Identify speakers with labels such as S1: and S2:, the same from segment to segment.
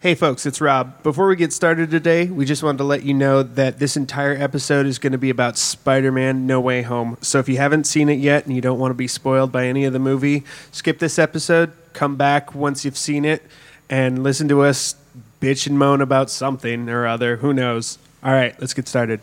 S1: Hey, folks, it's Rob. Before we get started today, we just wanted to let you know that this entire episode is going to be about Spider Man No Way Home. So if you haven't seen it yet and you don't want to be spoiled by any of the movie, skip this episode, come back once you've seen it, and listen to us bitch and moan about something or other. Who knows? All right, let's get started.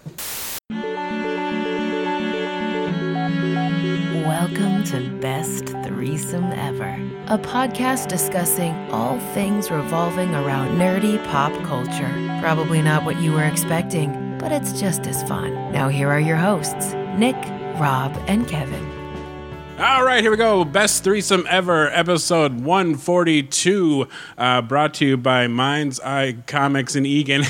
S2: Welcome to Best Threesome Ever, a podcast discussing all things revolving around nerdy pop culture. Probably not what you were expecting, but it's just as fun. Now, here are your hosts Nick, Rob, and Kevin.
S3: All right, here we go. Best threesome ever, episode 142, uh, brought to you by Mind's Eye Comics in Egan.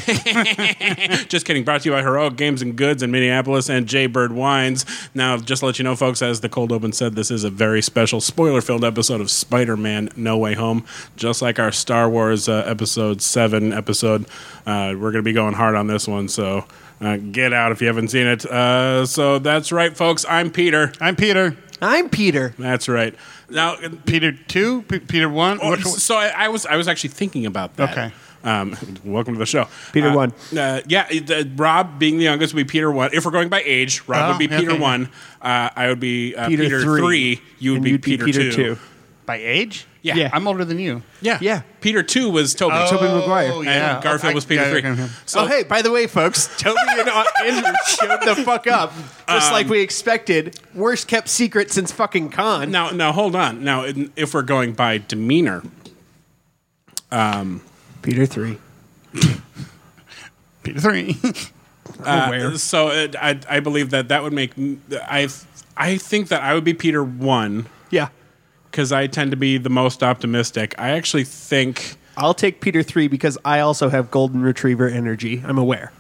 S3: just kidding. Brought to you by Heroic Games and Goods in Minneapolis and Jaybird Wines. Now, just to let you know, folks, as the cold open said, this is a very special spoiler-filled episode of Spider-Man: No Way Home. Just like our Star Wars uh, episode seven episode, uh, we're going to be going hard on this one. So. Uh, get out if you haven't seen it. Uh, so that's right, folks. I'm Peter.
S4: I'm Peter.
S1: I'm Peter.
S3: That's right. Now,
S4: Peter two, P- Peter one.
S3: oh,
S4: Which one?
S3: so I, I was I was actually thinking about that.
S4: Okay.
S3: Um, welcome to the show,
S1: Peter
S3: Uh,
S1: one.
S3: Uh, yeah, it- uh, Rob being the youngest would be Peter one. If we're going by age, Rob
S4: Oh,
S3: would be Peter
S4: okay.
S3: one. Uh, I would be uh,
S1: Peter
S3: Peter,
S1: three.
S3: three. You would
S1: And
S3: be
S1: you'd
S3: Peter, two.
S4: By age?
S3: Yeah.
S1: Yeah.
S4: I'm older than you.
S3: Yeah,
S1: Yeah.
S3: Peter two was Toby.
S1: Toby Maguire.
S4: Oh,
S3: And
S4: yeah.
S3: Garfield
S4: I-
S3: was Peter
S4: yeah,
S3: three.
S4: okay, okay.
S3: So
S1: oh, hey, by the way, folks, Toby and uh, Andrew showed the fuck up, just like we expected. Worst kept secret since fucking con.
S3: now now hold on. Now in- if we're going by demeanor,
S1: Peter 3.
S4: Peter three.
S3: Uh, so it, I, I believe that that would make m- I I think that I would be Peter one
S1: Yeah.
S3: because I tend to be the most optimistic. I actually think
S1: I'll take Peter 3 because I also have golden retriever energy. I'm aware.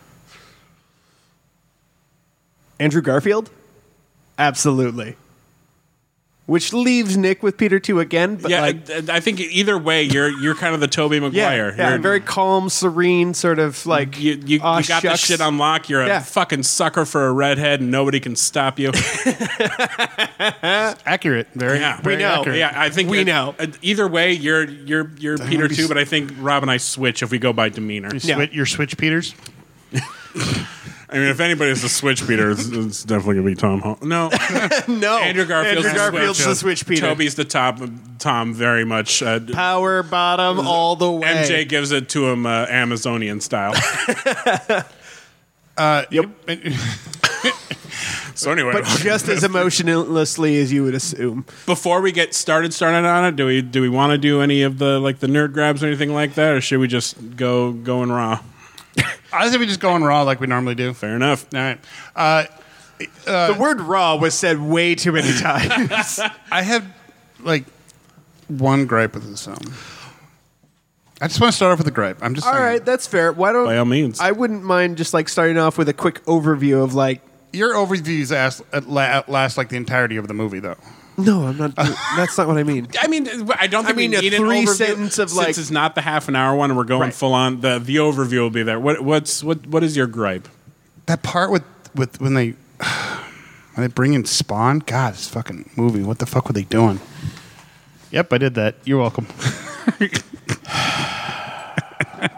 S1: Andrew Garfield? Absolutely. Which leaves Nick with Peter 2 again, but
S3: yeah,
S1: like
S3: I, I think either way you're you're kind of the Toby Maguire.
S1: yeah,
S3: You're-
S1: very calm, serene, sort of like
S3: you, you, you
S1: "Aw,
S3: got this
S1: shucks."
S3: shit on lock. You're a
S1: Yeah.
S3: fucking sucker for a redhead, and nobody can stop you.
S4: accurate. Very.
S3: Yeah,
S4: very
S1: we know.
S4: Accurate.
S3: yeah, I think
S1: We
S3: it-
S1: know.
S3: uh, Either way, you're you're you're Peter
S4: already
S3: too,
S4: s-
S3: but I think Rob and I switch if we go by demeanor.
S1: Yeah.
S4: Switch, your switch Peters.
S3: I mean, if anybody's a switch Peter, it's, it's definitely gonna be Tom. Hol- no,
S1: No,
S3: Andrew Garfield's,
S1: Andrew
S3: the
S1: Garfield's
S3: switch.
S1: the switch Peter.
S3: Toby's the top. Tom very much. Uh,
S1: Power bottom all the way.
S3: MJ gives it to him uh, Amazonian style.
S1: Yep.
S3: so anyway,
S1: But just as emotionlessly as you would assume.
S3: before we get started started on it do we do we want to do any of the like the nerd grabs or anything like that or should we just go going raw
S4: I think we just go on raw like we normally do.
S3: fair enough
S4: All right. Uh,
S1: the word raw was said way too many times.
S4: I have like one gripe with this film. I just want to start off with a gripe. I'm just
S1: all
S4: saying.
S1: right, that's fair. Why don't
S3: By all means.
S1: I wouldn't mind just like starting off with a quick overview of like
S4: Your overviews ask, at la- at last like the entirety of the movie, though.
S1: no, I'm not that's not what I mean.
S3: I mean, I don't think
S1: mean,
S3: we
S1: a
S3: need an
S1: three
S3: overview
S1: sentence of,
S3: since
S1: like-
S3: it's not the half an hour one and we're going
S1: Right.
S3: full on. The the overview will be there. What what's what what is your gripe?
S4: that part with with when they when they bring in Spawn. God, this fucking movie. What the fuck were they doing? Yep, I did that. You're welcome.
S3: Uh,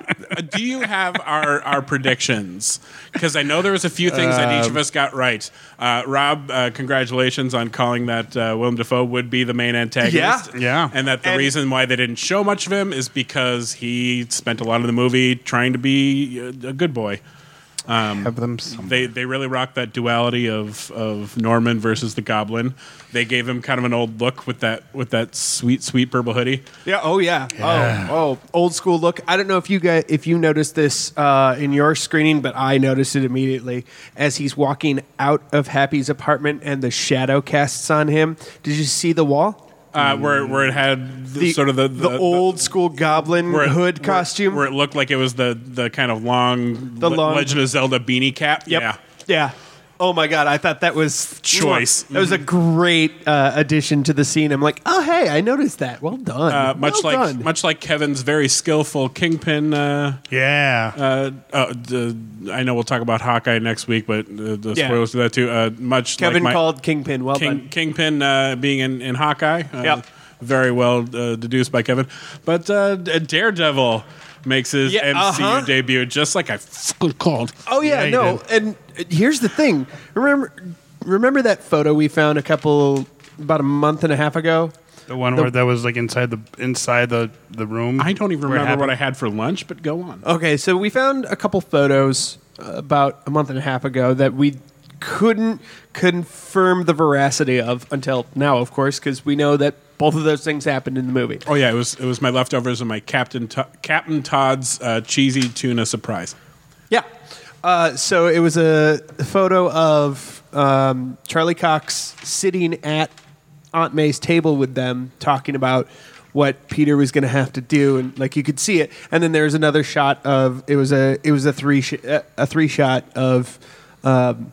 S3: Do you have our our predictions? Because I know there was a few things that
S1: Um,
S3: each of us got right. Uh, Rob, uh, congratulations on calling that uh, Willem Dafoe would be the main antagonist.
S1: Yeah.
S4: Yeah.
S3: And that the
S1: And-
S3: reason why they didn't show much of him is because he spent a lot of the movie trying to be uh, a, a good boy.
S4: Have them. Some.
S3: They they really rocked that duality of of Norman versus the Goblin. They gave him kind of an old look with that with that sweet sweet purple hoodie.
S1: Yeah, oh yeah. Oh, oh, old school look. I don't know if you guys if you noticed this uh, in your screening, but I noticed it immediately as he's walking out of Happy's apartment and the shadow casts on him. Did you see the wall?
S3: Uh, where, where it had the, sort of the,
S1: the, old school goblin
S3: where it-
S1: hood
S3: where-
S1: costume.
S3: where it looked like it was the the kind of long
S1: The
S3: Le-
S1: long-
S3: Legend of Zelda beanie cap.
S1: Yep.
S3: Yeah.
S1: Yeah. Oh my god, I thought that was
S3: Choice. Mm-hmm.
S1: That was a great uh, addition to the scene. I'm like, oh hey, I noticed that. Well done.
S3: Uh, much
S1: Well
S3: like
S1: done.
S3: much like Kevin's very skillful kingpin. Uh,
S4: Yeah.
S3: uh, uh, the, I know we'll talk about Hawkeye next week, but uh, the
S1: Yeah.
S3: spoilers to that too. Uh, much
S1: Kevin
S3: like my-
S1: called Kingpin. Well
S3: King,
S1: done.
S3: Kingpin uh, being in, in Hawkeye. Uh,
S1: Yep.
S3: Very well uh, deduced by Kevin. But uh, D- Daredevil makes his
S1: Yeah,
S3: MCU
S1: uh-huh.
S3: debut, just like I fucking called.
S1: Oh yeah,
S4: Yeah, you
S1: no. And here's the thing. Remember, remember that photo we found a couple about a month and a half ago.
S4: The one where that was like inside the inside the, the room.
S3: I don't even
S4: where it
S3: remember what I
S4: happened?
S3: had for lunch, but go on.
S1: Okay, so we found a couple photos uh, about a month and a half ago that we couldn't confirm the veracity of until now, of course, because we know that both of those things happened in the movie.
S3: Oh yeah, it was it was my leftovers and my Captain To- Captain Todd's uh, cheesy tuna surprise.
S1: Yeah. Uh, so it was a photo of um, Charlie Cox sitting at Aunt May's table with them, talking about what Peter was going to have to do, and like you could see it. And then there was another shot of it was a it was a three sh- uh, a three shot of. Um,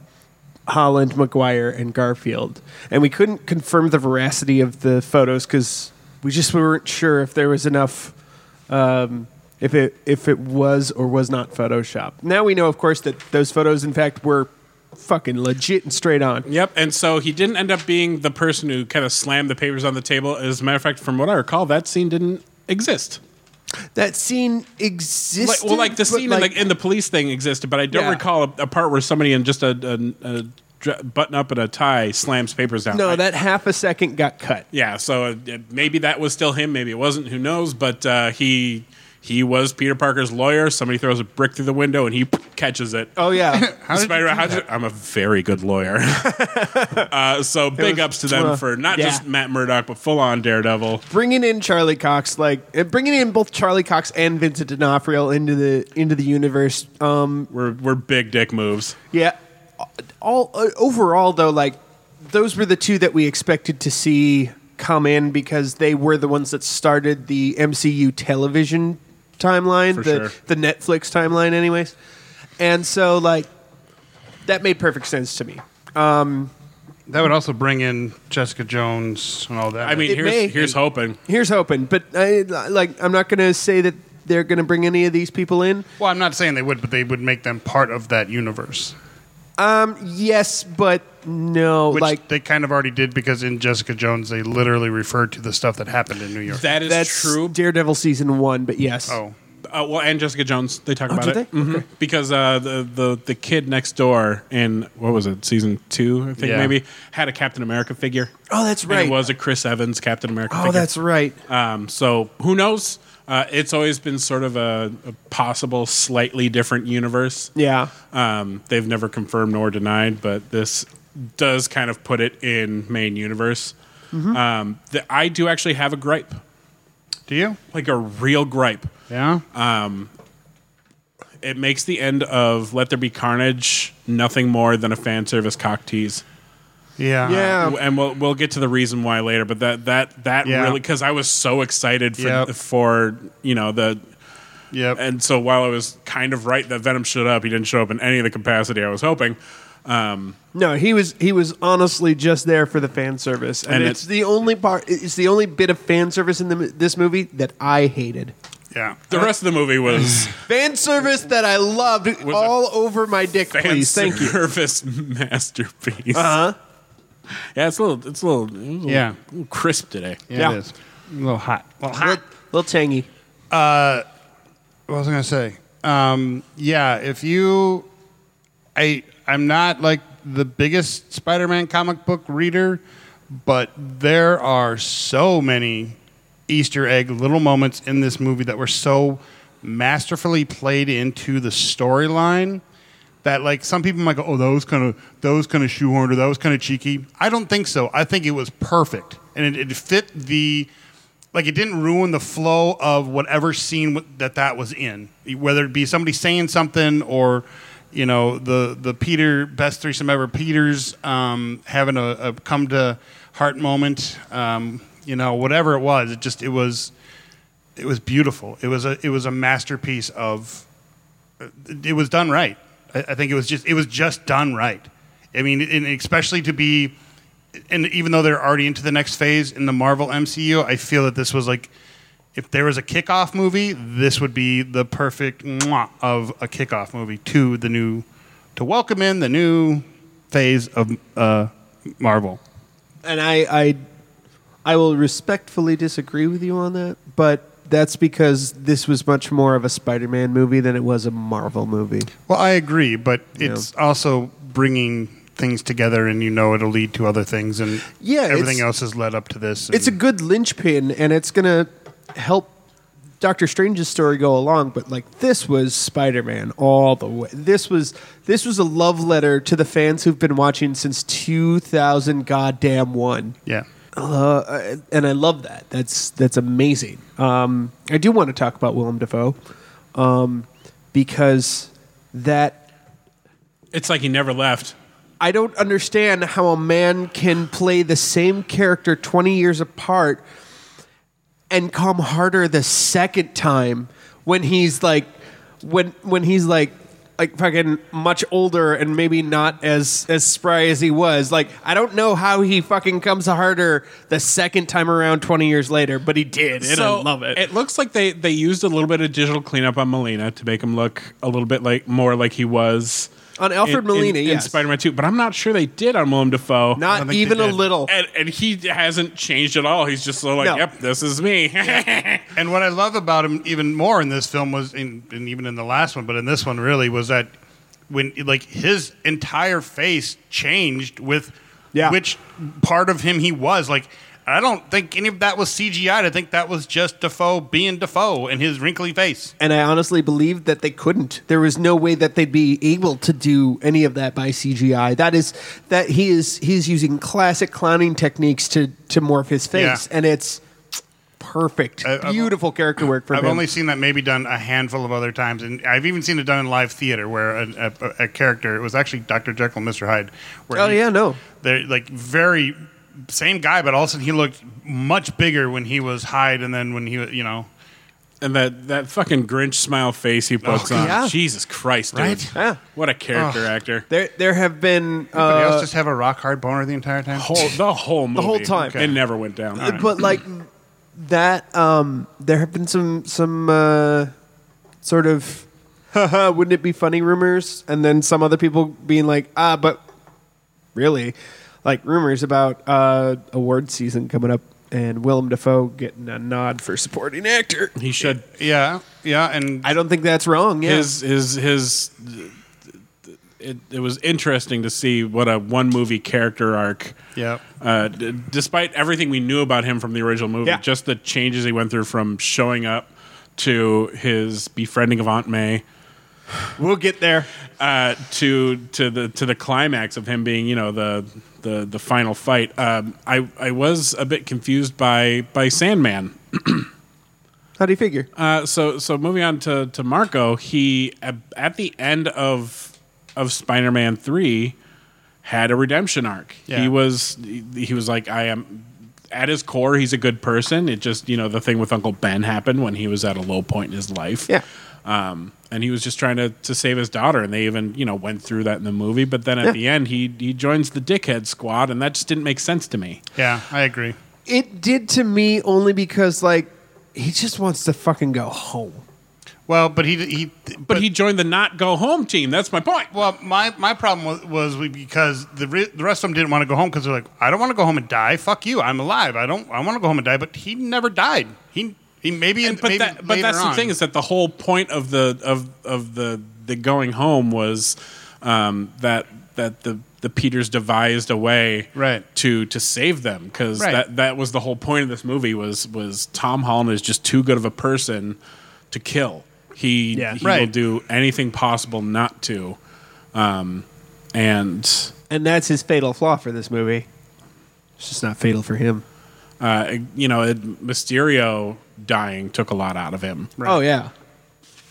S1: Holland, McGuire, and Garfield, and we couldn't confirm the veracity of the photos because we just weren't sure if there was enough um, if it if it was or was not Photoshop. Now we know, of course, that those photos, in fact, were fucking legit and straight on.
S3: Yep, and so he didn't end up being the person who kind of slammed the papers on the table. As a matter of fact, from what I recall, that scene didn't exist.
S1: That scene existed.
S3: Like, well, like the
S1: but,
S3: scene in, the, in the police thing existed, but I don't
S1: Yeah.
S3: recall a, a part where somebody in just a, a, a dr- button up and a tie slams papers down. I-
S1: no, that half a second got cut.
S3: yeah. So uh, maybe that was still him. Maybe it wasn't. Who knows? But uh, he he was Peter Parker's lawyer. Somebody throws a brick through the window and he catches it.
S1: Oh yeah,
S4: How did you
S3: Spider-
S4: do
S3: how did you- I'm a very good lawyer. uh, so big
S1: was-
S3: ups to them
S1: uh,
S3: for not
S1: yeah.
S3: just Matt Murdock, but full on Daredevil.
S1: bringing in Charlie Cox, like uh, bringing in both Charlie Cox and Vincent D'Onofrio into the into the universe. Um,
S3: We're, we're big dick moves.
S1: Yeah. All uh, overall, though, like those were the two that we expected to see come in because they were the ones that started the MCU television timeline,
S3: For
S1: the
S3: sure.
S1: the Netflix timeline, anyways. And so, like, that made perfect sense to me.
S4: That would also bring in Jessica Jones and all that.
S3: I mean,
S1: It
S3: here's
S1: may-
S3: here's hoping.
S1: Here's hoping, but I, like, I'm not going to say that they're going to bring any of these people in.
S4: well, I'm not saying they would, but they would make them part of that universe,
S1: Um, Yes, but no,
S4: which
S1: like.
S4: they kind of already did because in Jessica Jones they literally referred to the stuff that happened in New York.
S3: That is
S1: That's
S3: true.
S1: Daredevil season one, but yes.
S4: oh,
S3: Uh, well, and Jessica Jones, they talk about
S1: Oh, do
S3: it
S1: they?
S3: Mhm. because uh, the the the kid next door in what was it, season two, I think
S4: Yeah.
S3: maybe had a Captain America figure.
S1: Oh, that's
S3: And
S1: right.
S3: it was a Chris Evans Captain America.
S1: Oh,
S3: figure.
S1: that's right.
S3: Um, so who knows? Uh, it's always been sort of a, a possible, slightly different universe.
S1: Yeah.
S3: Um, they've never confirmed nor denied, but this does kind of put it in main universe.
S1: Mm-hmm.
S3: Um, the, I do actually have a gripe,
S4: do you?
S3: like a real gripe.
S4: Yeah.
S3: Uh, It makes the end of Let There Be Carnage nothing more than a fan service cock tease.
S4: yeah.
S1: Yeah.
S3: W- and we'll we'll get to the reason why later. But that that that
S4: Yeah.
S3: really because I was so excited for
S4: Yep.
S3: for you know the
S4: Yep.
S3: and so while I was kind of right that Venom showed up, he didn't show up in any of the capacity I was hoping. Um,
S1: No, he was he was honestly just there for the fan service, and,
S3: And
S1: it's
S3: it-
S1: the only part. It's the only bit of fan service in the, mo- this movie that I hated.
S4: yeah.
S3: the rest of the movie was
S1: Fan service that I loved
S3: Was
S1: all over my dick.
S3: fan
S1: Please, thank you.
S3: service masterpiece.
S1: Uh huh.
S3: Yeah, it's a little, it's a little, it was a little-
S4: Yeah.
S3: a little crisp today.
S1: Yeah.
S4: It is. A little hot. Well,
S1: Little, little tangy.
S4: What was I gonna say? Um, yeah, if you, I, I'm not like the biggest Spider-Man comic book reader, but there are so many Easter egg little moments in this movie that were so masterfully played into the storyline that like some people might go, oh, that was kind of that was kind of shoehorned or that was kind of cheeky. I don't think so. I think it was perfect and it, it fit the like it didn't ruin the flow of whatever scene w- that that was in, whether it be somebody saying something or you know the the Peter best threesome ever. Peter's um, having a, a come to heart moment. Um, you know whatever it was, it just it was it was beautiful. It was a it was a masterpiece of it was done right. I, I think it was just it was just done right. I mean, and especially to be, and even though they're already into the next phase in the Marvel MCU, I feel that this was like, if there was a kickoff movie, this would be the perfect mwah of a kickoff movie to the new, to welcome in the new phase of uh, Marvel.
S1: and I, I I will respectfully disagree with you on that, but that's because this was much more of a Spider-Man movie than it was a Marvel movie.
S4: Well, I agree, but it's also bringing things together, and you know it'll lead to other things, and
S1: Yeah, it's-
S4: everything else has led up to this.
S1: It's a
S4: and-
S1: good linchpin, and it's gonna help Doctor Strange's story go along. But like this was Spider-Man all the way. This was this was a love letter to the fans who've been watching since 2000 goddamn one.
S4: yeah.
S1: Uh, and I love that. That's that's amazing. Um, I do want to talk about Willem Dafoe um, because that
S3: It's like he never left.
S1: I don't understand how a man can play the same character 20 years apart and come harder the second time when he's like when when he's like like fucking much older and maybe not as as spry as he was. Like I don't know how he fucking comes harder the second time around 20 years later, but he did. And I love it.
S3: It looks like they, they used a little bit of digital cleanup on Molina to make him look a little bit like more like he was
S1: On Alfred
S3: in,
S1: Molina,
S3: in,
S1: yes.
S3: in Spider-Man Two. But I'm not sure they did on Willem Dafoe.
S4: don't
S1: Not
S4: think
S1: even
S4: they
S1: a
S4: did.
S1: little.
S3: and, and he hasn't changed at all. He's just so like,
S1: No.
S3: yep, this is me.
S4: And what I love about him even more in this film was, in, and even in the last one, but in this one really was that when like his entire face changed with
S1: Yeah.
S4: which part of him he was. Like I don't think any of that was CGI. I think that was just Defoe being Defoe and his wrinkly face.
S1: and I honestly believed that they couldn't. There was no way that they'd be able to do any of that by CGI. That is that he is he's using classic clowning techniques to to morph his face,
S4: Yeah.
S1: and it's perfect,
S4: I- I've-
S1: beautiful character work for
S4: I've
S1: him.
S4: only seen that maybe done a handful of other times, and I've even seen it done in live theater where a, a, a character it was actually Doctor Jekyll and Mister Hyde. Where
S1: Oh,
S4: he-
S1: yeah, no.
S4: they're like very same guy, but all of a sudden he looked much bigger when he was Hyde, and then when he was you know
S3: and that, that fucking Grinch smile face he puts
S1: Oh,
S3: on.
S1: yeah.
S3: Jesus Christ, dude.
S4: Right?
S1: Yeah.
S3: What a character actor.
S1: there there have been
S4: But he
S1: uh,
S4: else just have a rock hard boner the entire time.
S3: Whole, the whole movie.
S1: whole time. Uh,
S3: It never went down. All right.
S1: but like that um there have been some some uh sort of haha wouldn't it be funny rumors and then some other people being like ah but really like rumors about uh award season coming up and Willem Dafoe getting a nod for supporting actor
S3: he should.
S4: Yeah, yeah, and
S1: I don't think that's wrong yeah
S3: His, his, his, it, it was interesting to see what a one movie character arc.
S4: yeah,
S3: Uh, d- despite everything we knew about him from the original movie,
S1: Yeah.
S3: just the changes he went through from showing up to his befriending of Aunt May.
S1: we'll get there
S3: uh, to to the to the climax of him being you know the the the final fight. Um, I I was a bit confused by by Sandman.
S1: how do you figure
S3: Uh, so so moving on to to Marco, he at, at the end of of Spider Man three had a redemption arc.
S4: Yeah.
S3: He was he, he was like I am. At his core, he's a good person. It just, you know, the thing with Uncle Ben happened when he was at a low point in his life
S1: yeah
S3: um, and he was just trying to, to save his daughter and they even you know went through that in the movie but then at
S1: Yeah.
S3: the end he he joins the dickhead squad and that just didn't make sense to me
S4: yeah. I agree.
S1: it did to me only because like he just wants to fucking go home
S4: Well, but he he
S3: but, he joined the not go home team that's my point
S4: Well, my, my problem was, was we- because the re- the rest of them didn't want to go home because they're like, I don't want to go home and die. Fuck you, I'm alive. I don't. I want to go home and die. But he never died. He he maybe.
S3: and, but
S4: maybe
S3: that, but
S4: later
S3: that's
S4: on.
S3: the thing is that the whole point of the of of the the going home was um, that that the the Peters devised a way
S4: Right.
S3: to to save them because
S4: Right.
S3: that that was the whole point of this movie was was Tom Holland is just too good of a person to kill. He
S1: Yeah.
S3: he will
S4: Right.
S3: do anything possible not to, um, and
S1: and that's his fatal flaw for this movie. It's just not fatal for him.
S3: uh, you know it, Mysterio dying took a lot out of him.
S1: Oh yeah,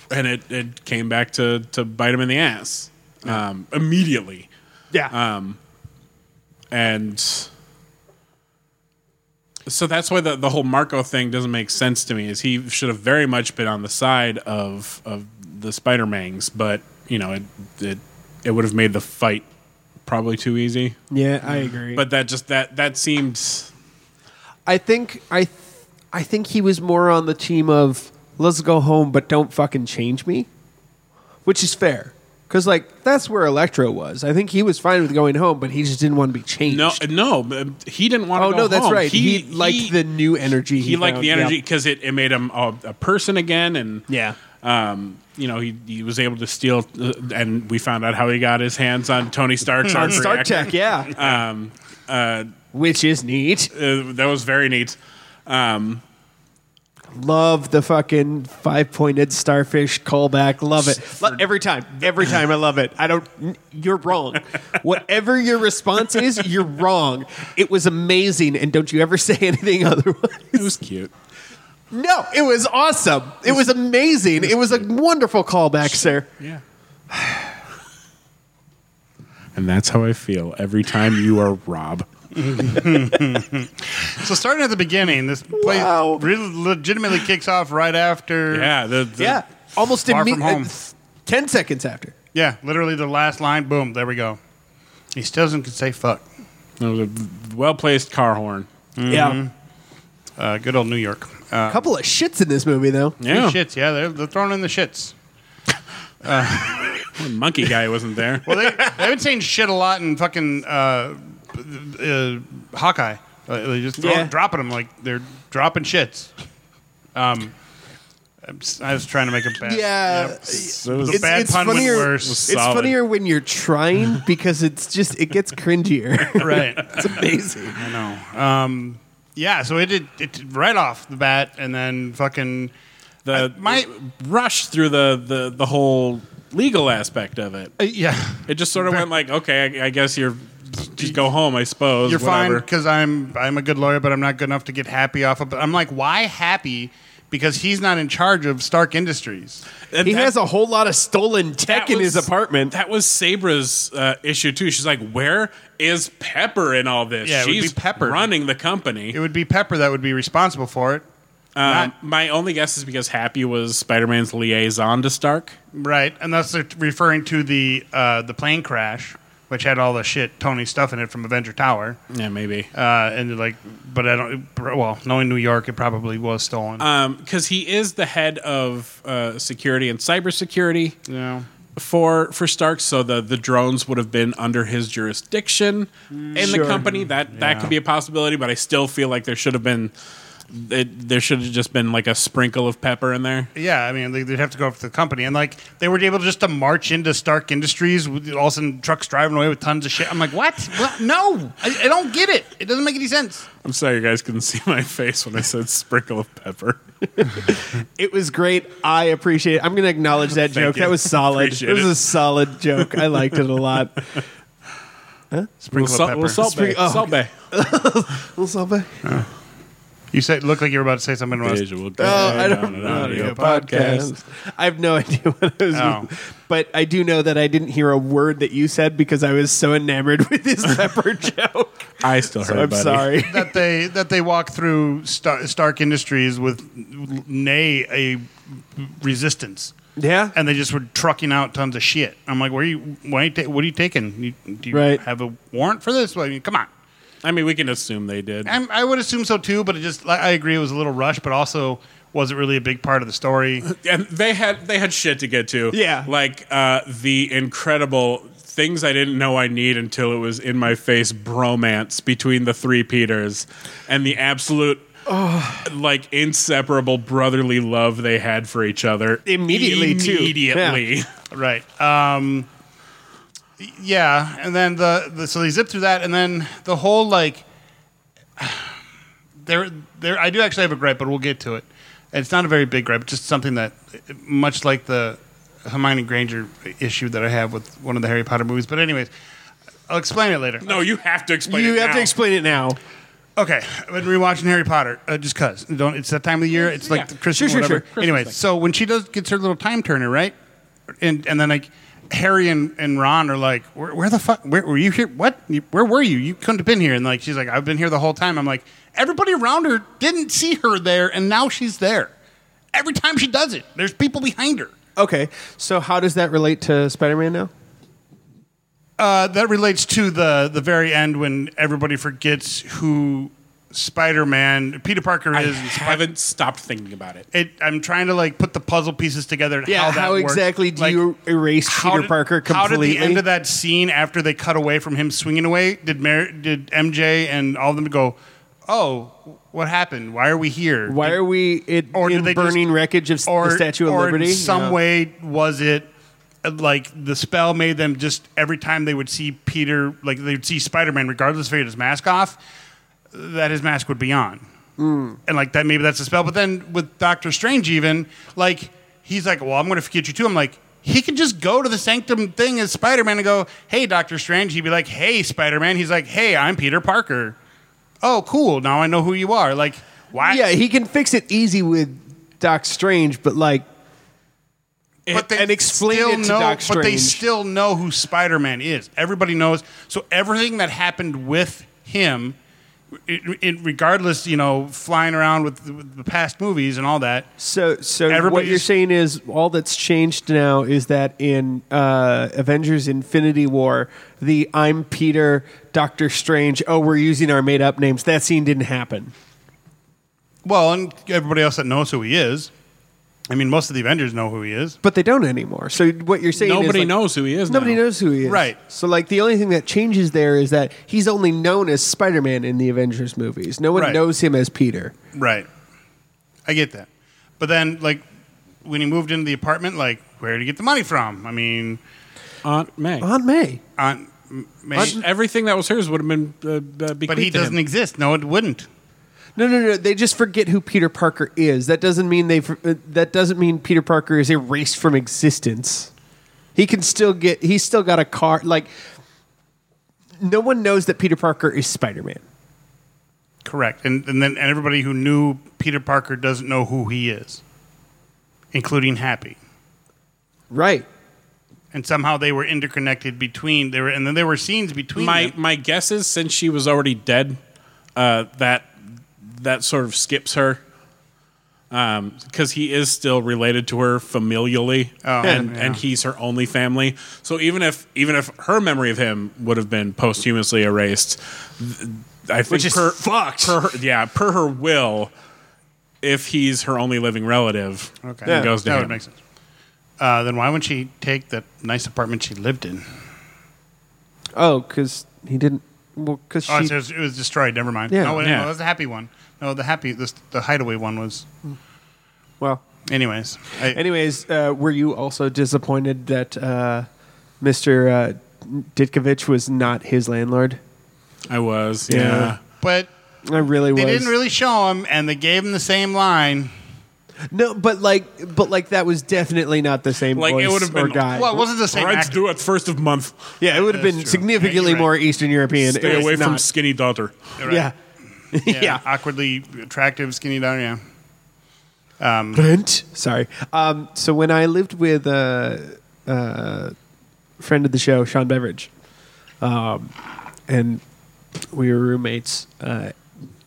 S3: and it, it came back to, to bite him in the ass um, immediately.
S1: yeah.
S3: And so that's why the, the whole Marco thing doesn't make sense to me is he should have very much been on the side of, of the Spider-Mangs, but you know, it, it, it would have made the fight probably too easy,
S1: yeah, I agree. But
S3: but that just, that, that seemed
S1: I think I, th- I think he was more on the team of let's go home, but don't fucking change me, which is fair Because like that's where Electro was. I think he was fine with going home, but he just didn't want to be changed.
S3: No, no, but he didn't want to.
S1: Oh
S3: go
S1: no, that's
S3: home.
S1: right. He, liked the new energy.
S3: he, liked
S1: found.
S3: the
S1: Yeah.
S3: energy because it, it made him a, a person again, and
S1: Yeah.
S3: um, you know, he, he was able to steal, uh, and we found out how he got his hands on Tony Stark's
S1: On
S3: arc
S1: Star
S3: reactor.
S1: Trek, yeah. Um, uh, Which is neat.
S3: Uh, that was very neat.
S1: Love the fucking five pointed starfish callback. Love it. Lo- every time. Every time I love it. I don't, n- you're wrong. Whatever your response is, you're wrong. It was amazing. And don't you ever say anything otherwise.
S3: It was cute.
S1: No, it was awesome. It was amazing. It was a wonderful callback, sir.
S3: Yeah. And that's how I feel every time you are Rob.
S4: So starting at the beginning, this play
S1: Wow.
S4: really legitimately kicks off right after.
S3: Yeah, the, the-
S1: Yeah. Almost
S4: Far from home.
S1: immediately. 10 seconds after.
S4: Yeah, literally the last line. Boom. There we go. He still doesn't say fuck.
S3: It was a well placed car horn.
S1: Yeah.
S4: Uh, good old New York. Mm-hmm. Uh,
S1: A couple of shits in this movie, though.
S3: Yeah,
S4: Three shits. Yeah, they're, they're throwing in the shits.
S3: the monkey guy wasn't there.
S4: Well, they, they've been saying shit a lot in fucking uh, uh, Hawkeye. Uh, they just throw,
S1: Yeah.
S4: dropping them like they're dropping shits. Um, I'm s- I was trying to make a bad.
S1: Yeah.
S4: Yep.
S3: it was-
S4: the
S3: It's-
S4: bad pun went
S1: funnier,
S4: worse.
S1: It's
S3: Solid.
S1: funnier when you're trying because it's just it gets cringier.
S4: Right.
S1: it's amazing.
S4: I know. Um, yeah, so it did it did right off the bat, and then fucking
S3: The
S4: I- my-
S3: rush through the, the, the whole legal aspect of it.
S4: uh, yeah,
S3: It just sort of went like, okay, I, I guess you're just go home, I suppose.
S4: you're fine
S3: whatever.
S4: because I'm I'm a good lawyer, but I'm not good enough to get happy off of. But I'm like, why happy? Because he's not in charge of Stark Industries.
S3: And
S1: He
S3: that-
S1: has a whole lot of stolen tech
S3: that
S1: in
S3: was-
S1: his apartment.
S3: That was Sabra's uh, issue too. She's like, "Where is Pepper in all this?
S4: Yeah, it would
S3: She's
S4: be Pepper.
S3: running the company."
S4: It would be Pepper that would be responsible for it.
S3: Um, my only guess is because Happy was Spider-Man's liaison to Stark.
S4: Right, unless they're referring to the uh, the plane crash, which had all the shit Tony stuff in it from Avenger Tower,
S3: Yeah, maybe.
S4: uh, and like, but I don't. Well, knowing New York, it probably was stolen.
S3: Because Um, he is the head of uh, security and cybersecurity
S4: yeah.
S3: for for Stark, so the the drones would have been under his jurisdiction in
S1: Sure.
S3: the company. That that could be a possibility, but I still feel like there should have been. It, there should have just been like a sprinkle of pepper in there.
S4: Yeah, I mean, they- they'd have to go after the company, and like they were able just to march into Stark Industries with all of a sudden trucks driving away with tons of shit. I'm like, what? what? No, I, I don't get it. It doesn't make any sense.
S3: I'm sorry you guys couldn't see my face when I said sprinkle of pepper.
S1: It was great. I appreciate it. I'm going to acknowledge that joke.
S3: you.
S1: That was solid.
S3: Appreciate
S1: it was
S3: it.
S1: a solid joke. I liked it a lot.
S3: Little
S4: Sprinkle
S3: salt,
S4: of
S3: little
S4: pepper.
S3: salt bay.
S1: Spring- oh.
S3: Salt bay.
S4: You said look like you were about to say something. When I was,
S3: Visual
S1: Oh, I
S3: guide on
S1: don't
S3: an
S1: know.
S3: audio
S1: podcast. I have no idea what I was
S4: Oh.
S1: But I do know that I didn't hear a word that you said because I was so enamored with his pepper joke.
S3: I still heard.
S1: I'm
S3: buddy.
S1: sorry.
S4: that they that they walk through Star, Stark Industries with nay a resistance,
S1: Yeah.
S4: and they just were trucking out tons of shit. I'm like, where are you? Why are you ta- what are you taking? You, do you
S1: Right.
S4: have a warrant for this? Well, I mean, come on.
S3: I mean, we can assume they did.
S4: I'm, I would assume so too, but it just like, I agree it was a little rushed, but also wasn't really a big part of the story.
S3: and they had they had shit to get to.
S1: Yeah.
S3: like uh, the incredible things I didn't know I need until it was in my face bromance between the three Peters and the absolute. Like inseparable brotherly love they had for each other
S1: Immediately, too.
S3: Immediately,
S4: right. Um, yeah, and then the, the so they zip through that, and then the whole like there there I do actually have a gripe, but we'll get to it. It's not a very big gripe, just something that much like the Hermione Granger issue that I have with one of the Harry Potter movies. But anyways, I'll explain it later.
S3: No, you have to explain.
S1: you
S3: it
S1: have to
S3: now.
S1: explain it now.
S4: Okay, I've been rewatching Harry Potter uh, just cause. Don't it's that time of the year. It's like
S3: Yeah.
S4: Christmas,
S1: Sure, sure,
S4: whatever.
S1: sure. Christmas
S4: Anyway, so when she does gets her little time turner, right? And and then like Harry and, and Ron are like, where, where the fuck? Where were you here? What? You, where were you? You couldn't have been here. And like she's like, I've been here the whole time. I'm like, everybody around her didn't see her there, and now she's there. Every time she does it, there's people behind her.
S1: Okay, so how does that relate to Spider-Man now?
S4: Uh, that relates to the the very end when everybody forgets who Spider-Man, Peter Parker
S3: I
S4: is. in Spi-
S3: haven't stopped thinking about it.
S4: it, I'm trying to like put the puzzle pieces together. And
S1: Yeah,
S4: how,
S1: how,
S4: that works.
S1: exactly do
S4: Like,
S1: you erase
S4: how
S1: Peter
S4: did-
S1: Parker
S4: How did
S1: completely?
S4: the end of that scene after they cut away from him swinging away? Did Mar- did MJ and all of them go? Oh, what happened? Why are we here?
S1: Why
S4: Did-
S1: are we it,
S4: did
S1: in
S4: they just-
S1: burning wreckage of s- the Statue of
S4: or
S1: Liberty?
S4: In some
S1: Yeah.
S4: way, was it uh, like the spell made them just every time they would see Peter, like they would see Spider Man, regardless if he had his mask off, that his mask would be on.
S1: Hmm.
S4: And like that, maybe that's the spell. But then with Doctor Strange, even like he's like, well, I'm going to forget you too. I'm like, he could just go to the sanctum thing as Spider Man and go, hey, Doctor Strange. He'd be like, hey, Spider Man. He's like, hey, I'm Peter Parker. Oh, cool. Now I know who you are. Like, why?
S1: Yeah, he can fix it easy with Doc Strange, but like
S4: but they
S1: and explain
S4: still
S1: it to
S4: know,
S1: Doc
S4: But they
S1: Strange.
S4: still know who Spider Man is. Everybody knows. So everything that happened with him, it, it, regardless, you know, flying around with the, with the past movies and all that.
S1: So, so what
S4: Everybody's-
S1: you're saying is all that's changed now is that in uh, Avengers: Infinity War, the "I'm Peter, Doctor Strange." Oh, we're using our made-up names. That scene didn't happen.
S4: Well, and everybody else that knows who he is. I mean, most of the Avengers know who he is.
S1: But they don't anymore. So what you're saying is
S3: Nobody
S1: like-
S3: knows who he is.
S1: Nobody
S3: now.
S1: knows who he is.
S4: Right.
S1: So like the only thing that changes there is that he's only known as Spider-Man in the Avengers movies. No one
S4: Right.
S1: knows him as Peter.
S4: Right. I get that. But then, like, when he moved into the apartment, like, where did he get the money from? I mean,
S3: Aunt May.
S1: Aunt May.
S4: Aunt May.
S3: Aunt- everything that was hers would have been uh, uh, bequeathed
S4: but he
S3: to him.
S4: doesn't exist. No, it wouldn't.
S1: No, no, no. They just forget who Peter Parker is. That doesn't mean they. That doesn't mean Peter Parker is erased from existence. He can still get. He's still got a car. Like no one knows that Peter Parker is Spider Man.
S4: Correct. And, and then and everybody who knew Peter Parker doesn't know who he is, including Happy.
S1: Right.
S4: And somehow they were interconnected between there, and then there were scenes between.
S3: my
S4: them.
S3: my guess is since she was already dead, uh, that that sort of skips her because he is still related to her familially,
S4: Oh,
S3: and
S4: yeah.
S3: and he's her only family. So even if even if her memory of him would have been posthumously erased, th- I think
S4: Which is
S3: per,
S4: fucked.
S3: Per her, yeah, per her will, if he's her only living relative,
S4: okay,
S3: it goes to
S4: that
S3: him.
S4: would make sense. Uh, then why would she take that nice apartment she lived in?
S1: Oh, because he didn't. Well, because
S4: Oh,
S1: she.
S4: it, was, it was destroyed. Never mind.
S1: Yeah.
S4: no, it,
S3: Yeah.
S4: no, it was the happy one. No, the happy, this, the hideaway one was.
S1: well.
S4: Anyways, I,
S1: Anyways, uh, were you also disappointed that uh, Mr. Uh, Ditkovich was not his landlord?
S3: I was,
S1: Yeah.
S3: yeah.
S4: but
S1: I really was.
S4: they didn't really show him, and they gave him the same line.
S1: No, but like, but like that was definitely not the same.
S3: Like, it
S1: voice
S3: would have been-
S1: or guy.
S4: Well, it wasn't the same.
S3: Rights
S4: actor.
S3: due at first of month.
S1: Yeah, it would have
S4: That's
S1: been
S4: true. Yeah,
S1: significantly
S4: you're right.
S1: more Eastern European.
S3: Stay
S1: It's
S3: away from
S1: not.
S3: skinny daughter.
S1: Yeah. yeah.
S4: awkwardly attractive skinny down. Yeah,
S1: Brent. Sorry. Um, so when I lived with a uh, uh, friend of the show, Sean Beveridge, um, and we were roommates. Uh,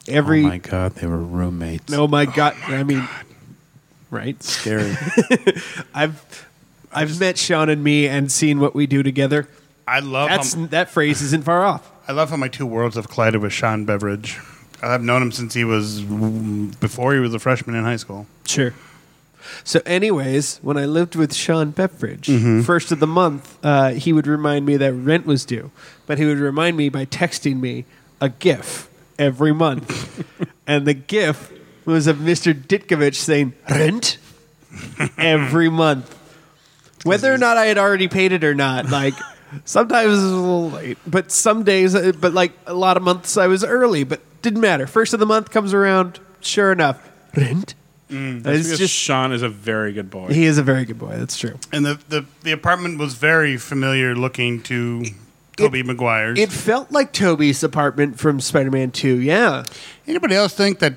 S1: every
S3: Oh god, they were roommates.
S1: oh my god! I mean, right?
S3: Scary.
S1: I've I've met Sean and me and seen what we do together.
S4: I love
S1: That's
S4: how,
S1: that phrase isn't far off.
S4: I love how my two worlds have collided with Sean Beveridge. I've known him since he was before he was a freshman in high school.
S1: Sure. So, anyways, when I lived with Sean Beveridge, first of the month, uh, he would remind me that rent was due, but he would remind me by texting me a GIF every month, and the GIF was of Mister Ditkovich saying rent every month, whether or not I had already paid it or not. Like sometimes it was a little late, but some days, uh, but like a lot of months, I was early, but didn't matter. First of the month comes around, sure enough, rent. it's
S3: Because
S1: just
S3: Sean is a very good boy.
S1: he is a very good boy. That's true.
S4: And the the, the apartment was very familiar looking to Toby Maguire's.
S1: It felt like Toby's apartment from Spider-Man Two. Yeah,
S4: Anybody else think that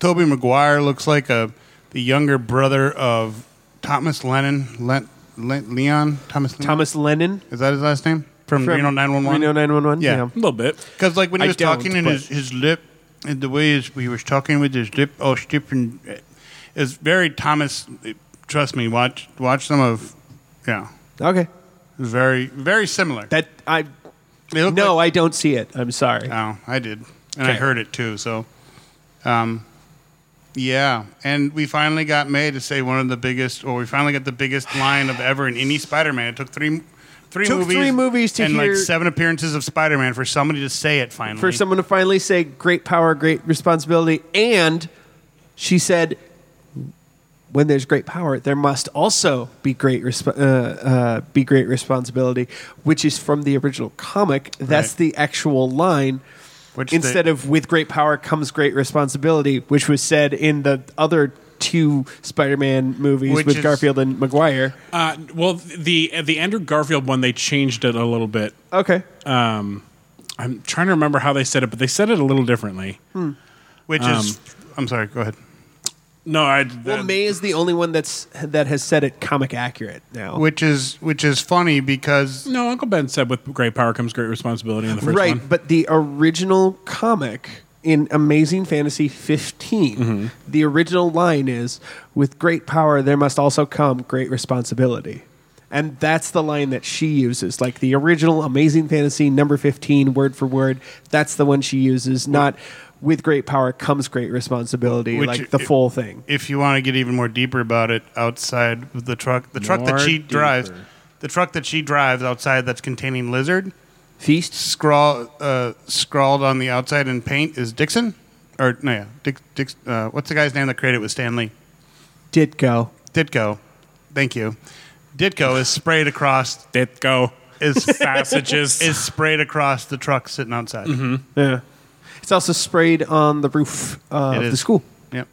S4: Toby Maguire looks like a the younger brother of Thomas Lennon? Le, Le- Leon Thomas Lennon?
S1: Thomas Lennon
S4: is that his last name from, Reno Nine One One?
S1: Reno Nine One One.
S3: a
S4: Yeah.
S3: little bit.
S4: Because like when
S1: I
S4: he was
S1: don't,
S4: talking and
S1: but-
S4: his, his lip and the way his, he was talking with his lip all stiff and it's very Thomas. Trust me, watch watch some of yeah.
S1: Okay.
S4: It's Very very similar.
S1: That I
S4: They look
S1: no,
S4: like- Uh,
S1: I don't see it. I'm sorry.
S4: oh, I did, and I
S1: Okay.
S4: heard it too. So Um, yeah, and we finally got May to say one of the biggest, or we finally got the biggest line of ever in any Spider-Man. It took three, three
S1: Took
S4: movies,
S1: three movies to
S4: and
S1: hear-
S4: like seven appearances of Spider-Man for somebody to say it finally.
S1: for someone to finally say great power, great responsibility. And she said, when there's great power, there must also be great resp- uh, uh, be great responsibility, which is from the original comic. That's
S4: Right.
S1: the actual line.
S4: Which
S1: Instead
S4: they-
S1: of with great power comes great responsibility, which was said in the other two Spider-Man movies
S4: Which
S1: with
S4: is-
S1: Garfield and Maguire.
S3: Uh, well, the the Andrew Garfield one they changed it a little bit. Um,
S1: Okay,
S4: Um,
S3: I'm trying to remember how they said it, but they said it a little differently.
S4: which
S1: Um,
S4: is, I'm sorry, go ahead.
S3: No, I uh,
S1: well, May is the only one that's that has said it comic accurate now.
S4: Which is which is funny because
S3: no. Uncle Ben said, "With great power comes great responsibility." In the first
S1: right,
S3: one,
S1: but the original comic in Amazing Fantasy 15, the original line is with great power there must also come great responsibility. And that's the line that she uses. Like the original Amazing Fantasy number 15 word for word, that's the one she uses, not with great power comes great responsibility,
S4: Which-
S1: like the full thing.
S4: if you want to get even more deeper about it, outside of the truck, the truck
S3: More
S4: that she drives,
S3: deeper.
S4: the truck that she drives outside that's containing lizard,
S1: Feast?
S4: scrawl, uh, scrawled on the outside in paint is Dixon, or no, yeah, Dick, Dick, uh, what's the guy's name that created it with Stanley?
S1: Ditko.
S4: Ditko, thank you. Ditko is sprayed across
S3: Did go
S4: is
S3: sausages.
S4: is sprayed across the truck sitting outside.
S1: Yeah. It's also sprayed on the roof uh,
S4: It
S1: of the
S4: is.
S1: school.
S4: Yep.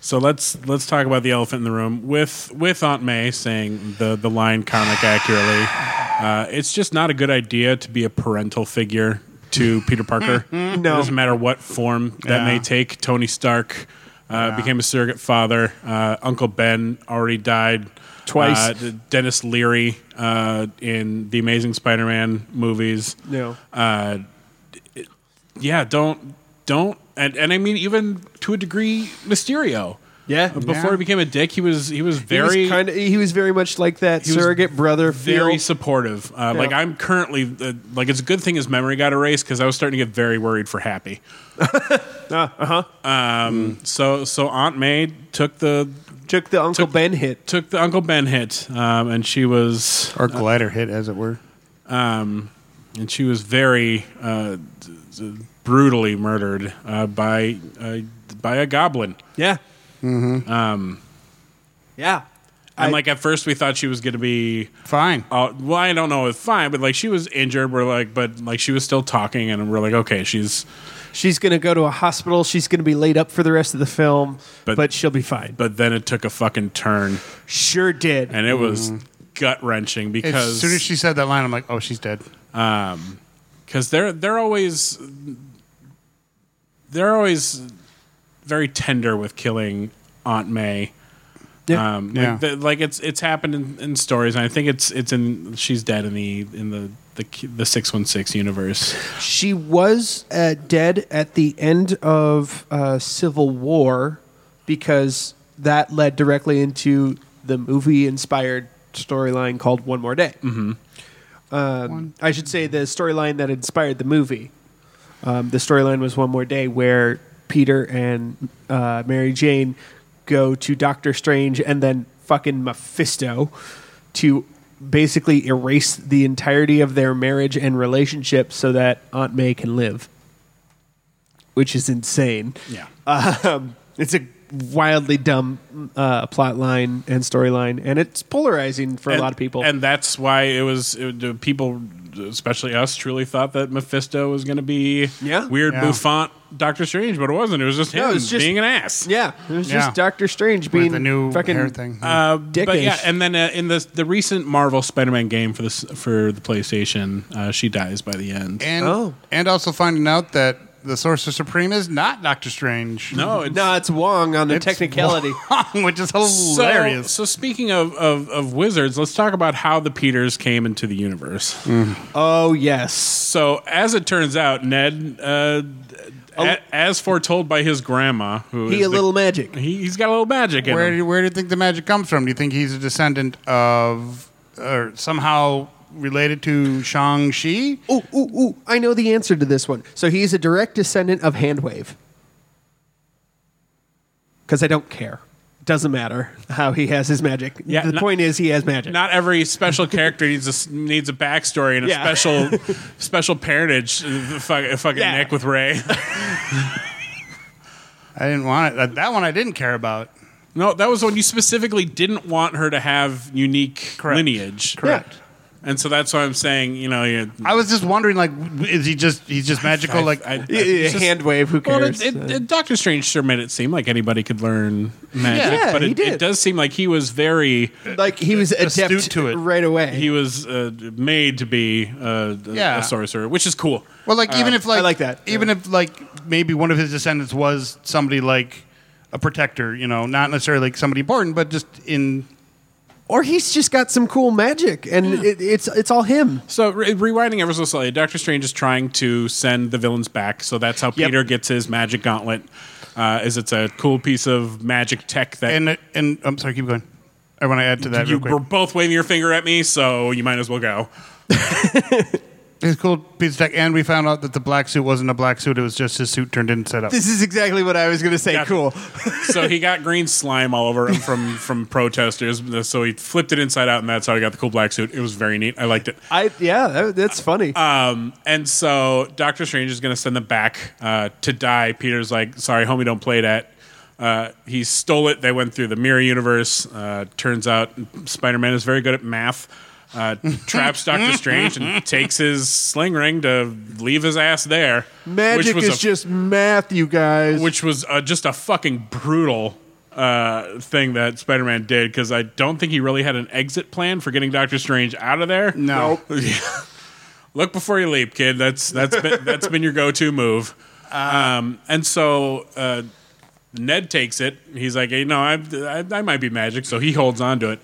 S3: so let's let's talk about the elephant in the room with with Aunt May saying the the line comic accurately. Uh, it's just not a good idea to be a parental figure to Peter Parker. no, it doesn't matter what form that
S4: Yeah.
S3: may take. Tony Stark uh, became a surrogate father. Uh, Uncle Ben already died
S1: Twice.
S3: Uh, D- Dennis Leary uh, in the Amazing Spider-Man movies.
S1: No.
S3: yeah, don't don't and, and I mean even to a degree Mysterio.
S1: Yeah.
S3: Before
S4: Yeah.
S3: he became a dick, he was he was very
S1: he was, kinda, he was very much like that
S3: was
S1: surrogate brother feel.
S3: very supportive. Uh, Like I'm currently uh, like it's a good thing his memory got erased because I was starting to get very worried for Happy.
S1: Ah, uh-huh.
S3: uh huh. Um. So so Aunt May took the
S1: took the Uncle Ben hit.
S3: took the Uncle Ben hit, um, and she was
S4: Or glider hit, as it were.
S3: and she was very uh, d- d- brutally murdered uh, by uh, by a goblin.
S1: Yeah. Mm-hmm. Um, yeah.
S3: And
S1: I-
S3: like at first we thought she was going to be
S4: Fine.
S3: Uh, well, I don't know if fine, but like she was injured. We're like, but like she was still talking, and we're like, okay, she's.
S1: She's going to go to a hospital. She's going to be laid up for the rest of the film, but,
S3: But-
S1: she'll be fine.
S3: But then it took a fucking turn,
S1: Sure did.
S3: and it was gut wrenching
S4: Mm-hmm. As soon as
S3: because
S4: she said that line, I'm like, oh, she's dead.
S3: because they're they're always they're always very tender with killing Aunt May.
S1: Yeah.
S3: Um,
S4: Yeah.
S3: like, the, like it's it's happened in, in stories, and I think it's it's in she's dead in the in the the the six one six universe.
S1: she was uh, dead at the end of uh, Civil War because that led directly into the movie inspired storyline called One More Day. Um, I should say the storyline that inspired the movie. Um, the storyline was One More Day, where Peter and uh, Mary Jane go to Doctor Strange and then fucking Mephisto to basically erase the entirety of their marriage and relationship so that Aunt May can live, which is insane.
S3: Yeah.
S1: Um, it's a wildly dumb uh, plot line and storyline, and it's polarizing for a
S3: And-
S1: lot of people.
S3: and that's why it was it, the people, especially us, truly thought that Mephisto was going to be
S1: Yeah.
S3: weird
S4: Yeah.
S3: bouffant Doctor Strange, but it wasn't. It was just him
S1: No, it's just-
S3: being an ass.
S1: yeah, it was
S4: Yeah.
S1: just Doctor Strange being
S4: With the new
S1: fucking
S4: hair thing.
S3: Uh, but
S1: Dickish.
S3: yeah, and then uh, in the the recent Marvel Spider-Man game for this for the PlayStation, uh, she dies by the end.
S4: And
S1: Oh.
S4: and also finding out that the Sorcerer Supreme is not Doctor Strange.
S3: no, it's
S1: No, it's Wong on the
S4: It's
S1: technicality.
S4: wrong, which is
S3: so-
S4: hilarious.
S3: So, speaking of, of of wizards, let's talk about how the Peters came into the universe.
S1: Oh yes,
S3: So, as it turns out, Ned, uh, a- as foretold by his grandma, who
S1: Oh. he
S3: is
S1: a
S3: the-
S1: little magic.
S3: He, he's got a little magic in
S4: where
S3: him.
S4: do, where do you think the magic comes from? Do you think he's a descendant of, or somehow related to Shang Chi?
S1: Ooh, ooh, ooh! I know the answer to this one. So he's a direct descendant of Handwave. because I don't care. Doesn't matter how he has his magic.
S3: Yeah,
S1: the
S3: not-
S1: point is he has magic.
S3: Not every special character needs a s- needs a backstory and a
S1: Yeah.
S3: special special parentage. uh, Fuck, fucking
S1: Yeah.
S3: Nick with Ray.
S4: I didn't want it. That, that one I didn't care about.
S3: No, that was when you specifically didn't want her to have unique lineage.
S1: Correct.
S3: And so that's why I'm saying, you know, you
S4: I was just wondering, like, w- is he just he's just magical? like,
S3: I-
S1: Yeah, yeah,
S3: it's just-
S1: hand wave. Who cares?
S3: well, it, it, it- Doctor Strange sure made it seem like anybody could learn magic,
S1: Yeah,
S3: but
S1: he
S3: it,
S1: did.
S3: it does seem like he was very
S1: Uh, like he was
S4: astute
S1: adept
S4: to it.
S1: right away.
S3: he was uh, made to be uh, a-
S4: Yeah.
S3: a sorcerer, which is cool.
S4: well, like even if like
S1: Uh, I like that.
S4: Even if like maybe one of his descendants was somebody like a protector, you know, not necessarily like somebody important, but just in
S1: or he's just got some cool magic, and it, it's it's all him.
S3: So re- rewinding ever so slightly, Doctor Strange is trying to send the villains back. So that's how
S1: Yep.
S3: Peter gets his magic gauntlet. Uh, is it's a cool piece of magic tech that
S4: and and I'm sorry, keep going. I want to add to that
S3: you
S4: real quick.
S3: were both waving your finger at me, so you might as well go.
S4: It's cool piece of tech, and we found out that the black suit wasn't a black suit; it was just his suit turned inside out.
S1: This is exactly what I was going to say.
S3: Gotcha.
S1: Cool.
S3: so he got green slime all over him from from protesters. So he flipped it inside out, and that's how he got the cool black suit. It was very neat. I liked it.
S1: I yeah, that, that's funny.
S3: Um, and so Doctor Strange is going to send them back uh, to die. Peter's like, sorry, homie, don't play that. Uh, he stole it. They went through the mirror universe. Uh, turns out Spider Man is very good at math. Uh, traps Doctor Strange and takes his sling ring to leave his ass there.
S1: magic
S3: was
S1: is
S3: a-
S1: just math, you guys.
S3: which was uh, just a fucking brutal uh, thing that Spider-Man did because I don't think he really had an exit plan for getting Doctor Strange out of there.
S4: No.
S3: Yeah. Look before you leap, kid. That's that's been that's been your go-to move. um, and so uh, Ned takes it. He's like, hey, no, I, I I might be magic, so he holds on to it.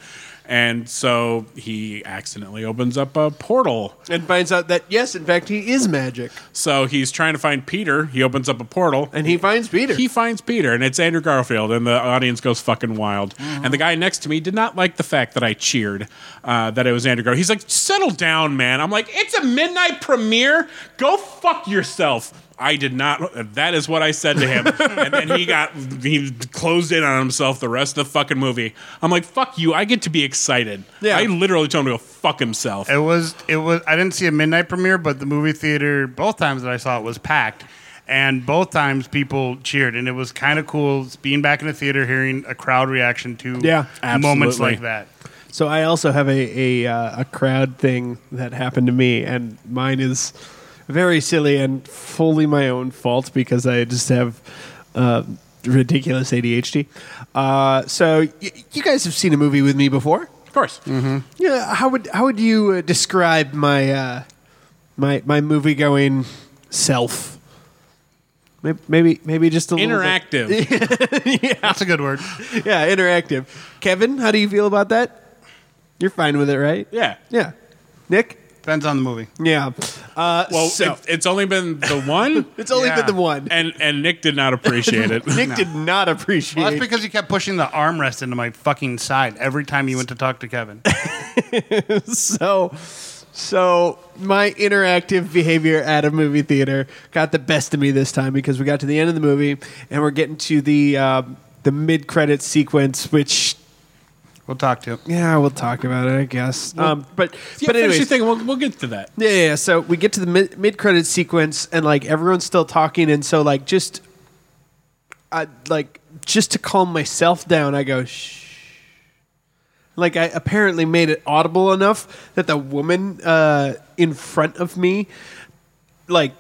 S3: And so he accidentally opens up a portal.
S1: and finds out that yes, in fact, he is magic,
S3: So he's trying to find Peter. He opens up a portal.
S1: and he finds Peter.
S3: He finds Peter, and it's Andrew Garfield, and the audience goes fucking wild.
S1: Mm-hmm.
S3: And the guy next to me did not like the fact that I cheered uh, that it was Andrew Garfield. He's like, "Settle down, man." I'm like, "It's a midnight premiere. Go fuck yourself." I did not. That is what I said to him, and then he got he closed in on himself the rest of the fucking movie. I'm like, "Fuck you! I get to be excited."
S1: Yeah.
S3: I literally told him to go fuck himself.
S4: It was it was I didn't see a midnight premiere, but the movie theater both times that I saw it was packed. And both times people cheered and it was kind of cool being back in the theater hearing a crowd reaction to
S1: Yeah,
S4: moments
S3: absolutely.
S4: like that.
S1: So I also have a a, uh, a crowd thing that happened to me, and mine is very silly and fully my own fault because I just have uh, ridiculous ADHD. Uh, so y- you guys have seen a movie with me before.
S3: of course,
S1: Mm-hmm. Yeah, how would how would you uh, describe my uh, my my movie going self? May- Maybe maybe just a
S3: interactive.
S4: That's a good word.
S1: little bit. Yeah, interactive. Kevin, how do you feel about that? You're fine with it, right?
S3: yeah.
S1: Yeah. Nick?
S4: Depends on the movie.
S1: Yeah. Uh,
S3: Well,
S1: so,
S3: it- it's only been the one.
S1: it's only
S4: yeah.
S1: been the one.
S3: and and Nick did not appreciate it.
S1: Nick did not appreciate.
S4: Well, that's because you kept pushing the armrest into my fucking side every time you went to talk to Kevin.
S1: so, so my interactive behavior at a movie theater got the best of me this time because we got to the end of the movie and we're getting to the uh, the mid credit sequence, which
S4: We'll talk to him.
S1: yeah, we'll talk about it, I guess. um, but but
S3: Yeah, finish
S1: anyways,
S3: your thing. We'll, we'll get to that.
S1: Yeah, yeah, yeah. So we get to the mid- mid-credit sequence, and like everyone's still talking, and so like just, I like just to calm myself down, I go shh. Like I apparently made it audible enough that the woman uh, in front of me, like,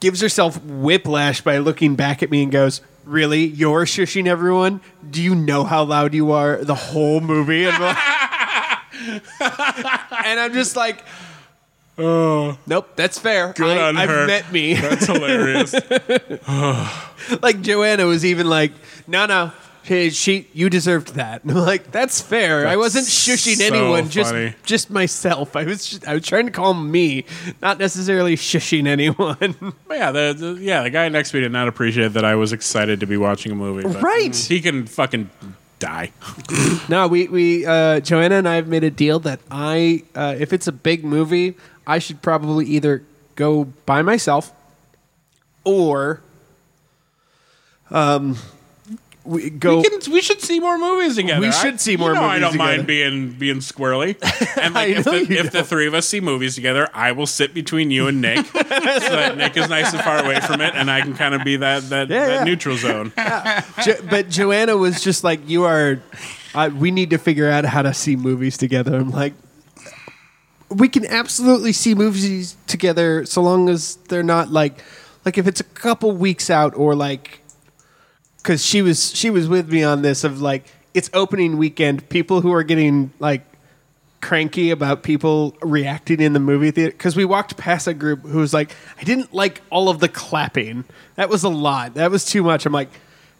S1: gives herself whiplash by looking back at me and goes. Really, you're shushing everyone? Do you know how loud you are the whole movie? And I'm like- and I'm just like, Nope, that's fair.
S3: Good
S1: I,
S3: on
S1: have
S3: her.
S1: met me.
S3: That's hilarious.
S1: like Joanna was even like, no, no, she, she you deserved that. And I'm like, that's fair. I
S3: That's
S1: wasn't shushing
S3: so
S1: anyone,
S3: funny.
S1: just just myself. I was just, I was trying to calm me, not necessarily shushing anyone.
S3: but yeah, the, the yeah the guy next to me did not appreciate that I was excited to be watching a movie. but
S1: Right.
S3: He can fucking die.
S1: no, we we uh, Joanna and I have made a deal that I uh, if it's a big movie, I should probably either go by myself or um, we go.
S3: We, can, we should see more movies together.
S1: We
S3: I-
S1: should see
S3: you
S1: more
S3: know I
S1: movies
S3: don't
S1: together.
S3: mind being being squirrely. And
S1: I
S3: like, if,
S1: know
S3: the,
S1: you
S3: if the three of us see movies together, I will sit between you and Nick, so that Nick is nice and far away from it, and I can kind of be that that,
S1: Yeah,
S3: that
S1: yeah.
S3: neutral zone.
S1: Jo- but Joanna was just like, "You are. I we need to figure out how to see movies together." I'm like, we can absolutely see movies together so long as they're not like, like if it's a couple weeks out or like, because she was she was with me on this of like it's opening weekend. People who are getting like cranky about people reacting in the movie theater because we walked past a group who was like, I didn't like all of the clapping. That was a lot. That was too much. I'm like,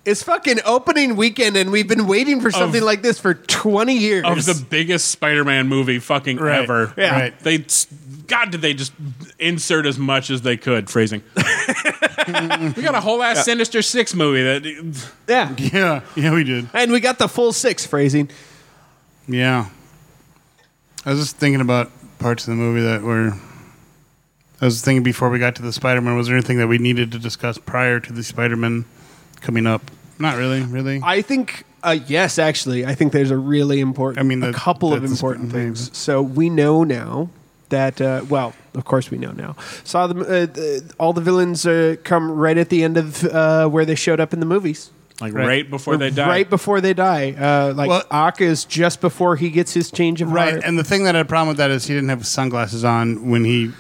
S1: it's fucking opening weekend and we've been waiting for something like this for 20 years.
S3: Of the biggest Spider-Man movie fucking
S4: Right,
S3: ever.
S1: Yeah.
S4: right.
S3: They God did they just insert as much as they could phrasing. we got a whole ass Sinister Six movie that
S1: yeah.
S4: Yeah, yeah, we did.
S1: And we got the full six phrasing.
S4: Yeah. I was just thinking about parts of the movie that were. I was thinking before we got to the Spider Man, was there anything that we needed to discuss prior to the Spider Man coming up? Not really, really.
S1: I think uh, yes, actually, I think there's a really important.
S4: I mean,
S1: a
S4: that-
S1: couple of
S4: that's a
S1: important
S4: certain
S1: things. So we know now that uh, well, of course we know now. Saw them. Uh, the, all the villains uh, come right at the end of uh, where they showed up in the movies.
S3: like right, before they die.
S1: Right before they die, uh, like
S4: Well-
S1: Ak is just before he gets his change of
S4: right,
S1: heart.
S4: and the thing that I had a problem with that is he didn't have sunglasses on when he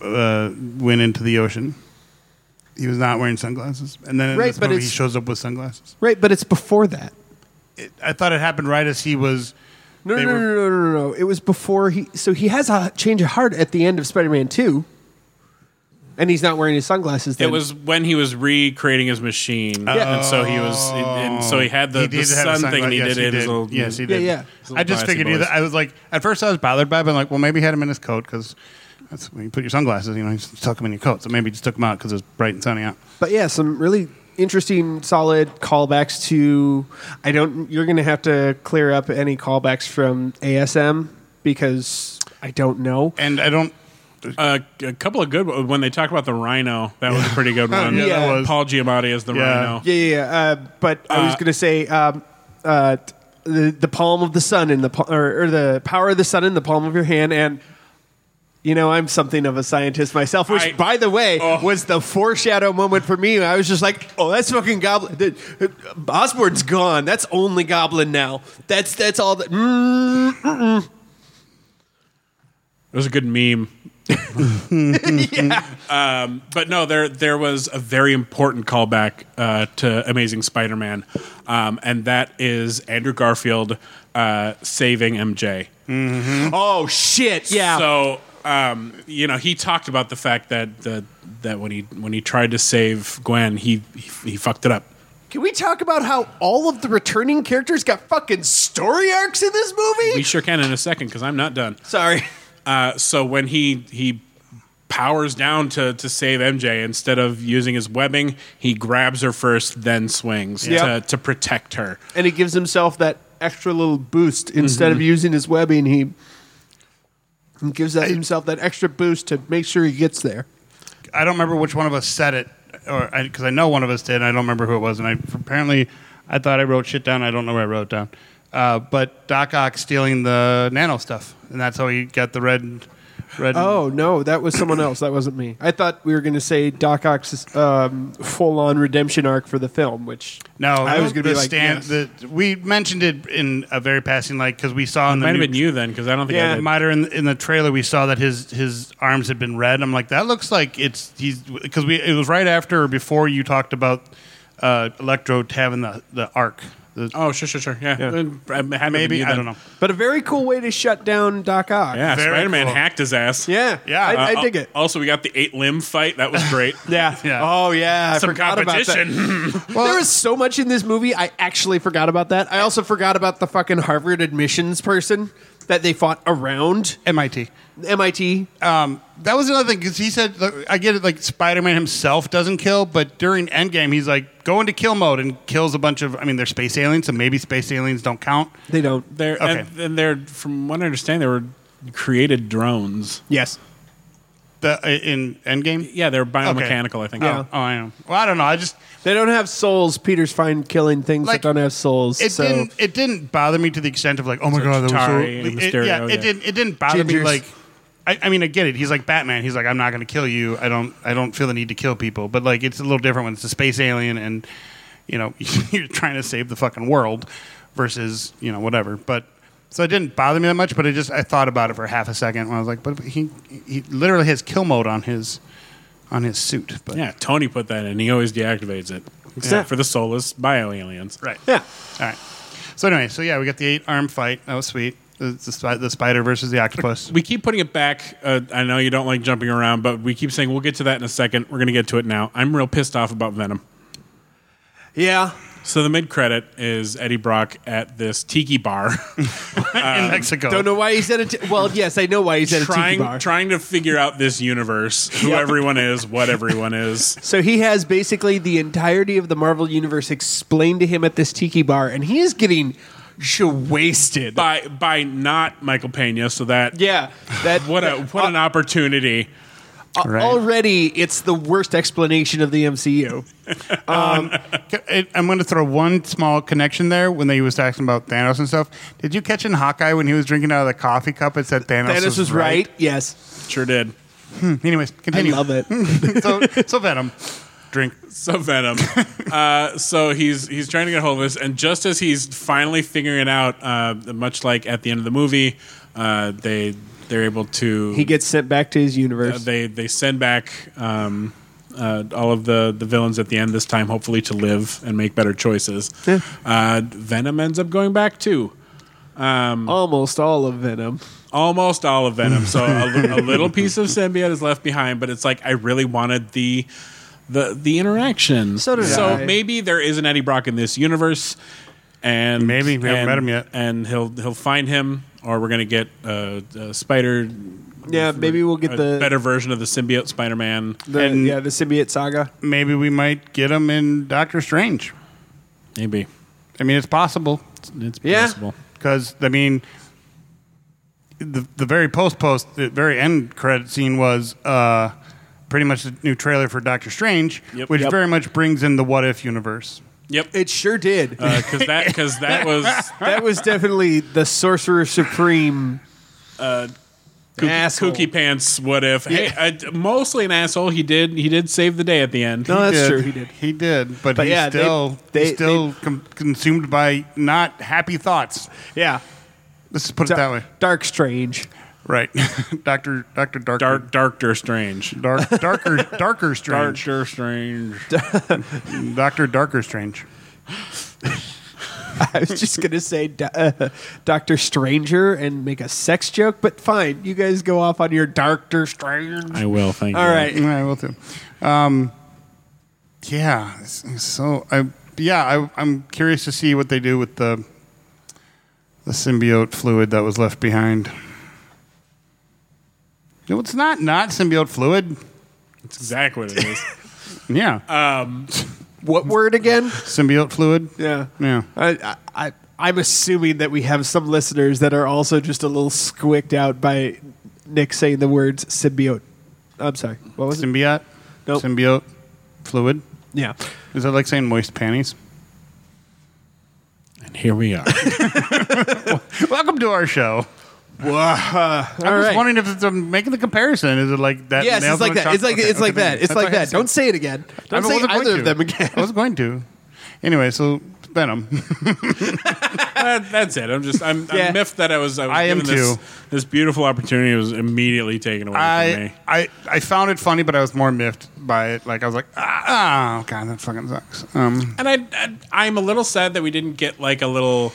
S4: uh, went into the ocean. He was not wearing sunglasses, and then in
S1: Right,
S4: this
S1: but
S4: movie he
S1: it's-
S4: shows up with sunglasses.
S1: right, but it's before that.
S4: It, I thought it happened right as he was.
S1: No,
S4: they
S1: no, no,
S4: were-
S1: no, no, no, no. It was before he. So he has a change of heart at the end of Spider-Man Two, and he's not wearing his sunglasses. Then.
S3: It was when he was recreating his machine,
S1: Yeah.
S3: and so he was, and so he had the,
S4: He
S3: the
S4: did have a
S3: sun thing,
S4: sunglass-
S3: and he
S4: yes,
S3: did it. in His little,
S4: yes, he
S1: Yeah,
S4: did.
S1: yeah.
S3: His
S4: I
S3: little
S4: just
S3: glassy
S4: figured either.
S3: boys.
S4: I was like, at first I was bothered by, it, but I'm like, well, maybe he had him in his coat because that's when you put your sunglasses. You know, you just tuck them in your coat. So maybe he just took them out because it was bright and sunny out.
S1: But yeah, some really interesting, solid callbacks to. I don't. You're going to have to clear up any callbacks from ASM because I don't know.
S4: And I don't.
S3: Uh, a couple of good ones. when they talk about the rhino. That was a pretty good one.
S4: Yeah,
S1: that
S4: was.
S3: Paul Giamatti as the
S4: Yeah.
S3: rhino.
S1: Yeah, yeah. yeah. Uh, but I was
S3: Uh,
S1: going to say um, uh, t- the the palm of the sun in the pa- or, or the power of the sun in the palm of your hand and. You know, I'm something of a scientist myself, which,
S3: I-
S1: by the way,
S3: Oh.
S1: was the foreshadow moment for me. I was just like, "Oh, that's fucking Goblin. The- uh, Osborn's gone. That's only Goblin now. That's that's all. That mm,
S3: It was a good meme. Um, but no, there there was a very important callback uh, to Amazing Spider-Man, um, and that is Andrew Garfield uh, saving MJ.
S1: Oh shit! Yeah.
S3: So um, you know, he talked about the fact that that that when he when he tried to save Gwen, he he, he fucked it up.
S1: Can we talk about how all of the returning characters got fucking story arcs in this movie?
S3: We sure can in a second because I'm not done.
S1: Sorry.
S3: Uh, so when he he powers down to to save MJ instead of using his webbing, he grabs her first, then swings
S1: Yep.
S3: to to protect her.
S1: And he gives himself that extra little boost instead of using his webbing. He he gives that, himself that extra boost to make sure he gets there.
S4: I don't remember which one of us said it, or because I, know one of us did. And I don't remember who it was, and I apparently I thought I wrote shit down. I don't know where I wrote it down. Uh, but Doc Ock stealing the nano stuff, and that's how he got the red, red.
S1: Oh no, that was someone else. That wasn't me. I thought we were going to say Doc Ock's um, full-on redemption arc for the film, which
S4: No,
S1: I was
S4: the
S1: going to be like,
S4: stand-
S1: yes.
S4: the- we mentioned it in a very passing, like because we saw in the
S3: Might have
S4: new-
S3: been you then because I don't think I
S1: Yeah,
S3: did.
S1: my-
S4: Miter in, in the trailer we saw that his his arms had been red. I'm like, that looks like it's he's because we it was right after or before you talked about uh, Electro having the the arc. The,
S3: Oh, sure, sure, sure. Yeah,
S1: Yeah.
S3: Then I had to have been
S4: maybe
S3: you
S4: I
S3: then.
S4: don't know.
S1: but a very cool way to shut down Doc Ock.
S3: Yeah,
S4: Very
S3: Spider Man
S4: cool.
S3: hacked his ass.
S1: yeah,
S4: Yeah.
S1: I, I
S3: Uh,
S1: dig
S3: al-
S1: it.
S3: Also, we got the eight limb fight. That was great.
S1: Yeah.
S4: Yeah.
S1: Oh yeah. I
S3: Some
S1: forgot about that.
S3: competition.
S1: there was so much in this movie. I actually forgot about that. I also forgot about the fucking Harvard admissions person that they fought around
S4: MIT.
S1: MIT.
S4: Um, that was another thing because he said like, I get it. Like Spider Man himself doesn't kill, but during Endgame he's like go into kill mode and kills a bunch of. I mean, they're space aliens, so maybe space aliens don't count.
S1: They don't.
S3: They're,
S4: Okay.
S3: and, and they're, from what I understand, they were created drones.
S1: Yes.
S4: The uh, in Endgame.
S3: Yeah, they're biomechanical, I think.
S4: Oh, oh, I know. Well, I don't know. I just
S1: They don't have souls. Peter's fine killing things
S4: Like,
S1: that don't have souls.
S4: it
S1: so
S4: didn't it didn't bother me to the extent of like oh my
S3: So
S4: god that was so
S3: Chitauri and
S4: it,
S3: Mysterio,
S4: yeah,
S3: yeah.
S4: it didn't it didn't bother me
S1: Gingers.
S4: like I, I mean I get it he's like Batman he's like I'm not gonna kill you I don't I don't feel the need to kill people but like it's a little different when it's a space alien and you know you're trying to save the fucking world versus you know whatever but so it didn't bother me that much but I just I thought about it for half a second when I was like but he he literally has kill mode on his on his suit but
S3: Yeah, Tony put that in. He always deactivates it. Except
S1: Yeah.
S3: for the soulless bio aliens.
S4: right
S1: yeah.
S4: All right. So anyway, so yeah, we got the eight arm fight. That was sweet. The, the, spi- the spider versus the octopus.
S3: We keep putting it back. Uh, I know you don't like jumping around, but we keep saying we'll get to that in a second. We're going to get to it now. I'm real pissed off about Venom.
S1: Yeah.
S3: So the mid credit is Eddie Brock at this tiki bar,
S4: in Mexico.
S1: Don't know why he's at a. T- well, yes, I know why he's at a tiki bar.
S3: trying trying to figure out this universe, who everyone is, what everyone is.
S1: so he has basically the entirety of the Marvel universe explained to him at this tiki bar, and he is getting sh- wasted.
S3: by by not Michael Pena. So that
S1: Yeah, Uh, that
S3: what a what an
S1: uh,
S3: opportunity.
S4: Right.
S1: already it's the worst explanation of the MCU.
S4: I- I'm going to throw one small connection there when he was talking about Thanos and stuff. Did you catch in Hawkeye when he was drinking out of the coffee cup? It said Thanos,
S1: Thanos was right. Yes,
S3: Sure did.
S4: Anyways,
S1: I
S4: continue.
S1: love it.
S4: so, so Venom, drink.
S3: So Venom. uh, so he's he's trying to get a hold of this, and just as he's finally figuring it out, uh, much like at the end of the movie, uh, they they're able to
S1: he gets sent back to his
S3: uh,
S1: universe.
S3: they they send back. Um, uh, all of the, the villains at the end this time, hopefully to live and make better choices. Uh, Venom ends up going back too.
S1: Almost all of Venom.
S3: almost all of Venom. So a, li- a little piece of symbiote is left behind, but it's like I really wanted the the the interaction.
S1: So did
S3: so
S1: I.
S3: maybe there is an Eddie Brock in this universe, and
S4: Maybe. We haven't
S3: and-
S4: met him yet.
S3: and he'll he'll find him, or we're gonna get uh, a spider.
S1: Yeah, maybe we'll get
S3: a
S1: the
S3: better version of the symbiote Spider Man.
S1: the
S4: and-
S1: yeah the symbiote saga.
S4: Maybe we might get him in Doctor Strange.
S3: Maybe
S4: I mean, it's possible
S3: it's
S1: Yeah.
S3: possible.
S4: because I mean, the the very post post the very end credit scene was uh, pretty much a new trailer for Doctor Strange,
S3: Yep.
S4: which
S3: Yep.
S4: very much brings in the what if universe.
S3: Yep,
S1: It sure did.
S3: because that because that was
S1: that was definitely the Sorcerer Supreme. Asshole.
S3: kooky, kooky pants. What if? Hey, I, mostly an asshole. He did he did save the day at the end.
S1: No, Oh, that's
S4: did.
S1: true. He did.
S4: He did, but,
S1: But
S4: he's
S1: yeah, they-
S4: still
S1: they-
S4: he's still com- consumed by not happy thoughts.
S1: Yeah,
S4: Let's just put it that way.
S1: Dark Strange.
S4: Right, Doctor Doctor Darker
S3: Dark, darker, strange.
S4: Dark Darker Darker Strange
S3: Darker, strange.
S4: Doctor Darker Strange.
S1: I was just gonna say Do- uh, Doctor Stranger and make a sex joke, but fine. You guys go off on your Doctor Strange.
S3: I will. Thank
S1: All
S3: you.
S1: right.
S4: Yeah, I will too. Um, yeah, it's- it's so I yeah I, I'm curious to see what they do with the the symbiote fluid that was left behind. No, it's not not symbiote fluid.
S3: That's exactly what it is.
S4: Yeah,
S1: Uh, What word again?
S4: symbiote fluid.
S1: Yeah.
S4: Yeah.
S1: I, I, I, I'm assuming that we have some listeners that are also just a little squicked out by Nick saying the words symbiote. I'm sorry. What was it?
S4: Symbiote.
S1: Nope.
S4: Symbiote fluid.
S1: Yeah.
S4: Is that like saying moist panties?
S3: and here we are.
S4: Welcome to our show.
S1: All
S4: I was
S1: right.
S4: wondering if it's, I'm making the comparison. Is it like that?
S1: Yes, it's
S4: nails
S1: like
S4: on a
S1: that. It's like
S4: chalkboard?
S1: it's like
S4: Okay,
S1: that. It's
S4: that's
S1: like
S4: what I
S1: that.
S4: said.
S1: Don't say it again. Don't
S4: I
S1: say
S4: wasn't going
S1: either of
S4: to.
S1: them again.
S4: I was going to. Anyway, so Venom.
S3: That- that's it. I'm just. I'm,
S1: Yeah.
S3: I'm miffed that I was. I, was
S4: I am
S3: given this,
S4: too.
S3: This beautiful opportunity was immediately taken away from
S4: I,
S3: me.
S4: I I found it funny, but I was more miffed by it. Like I was like, ah, oh, god, that fucking sucks. Um,
S3: And I, I, I'm a little sad that we didn't get like a little,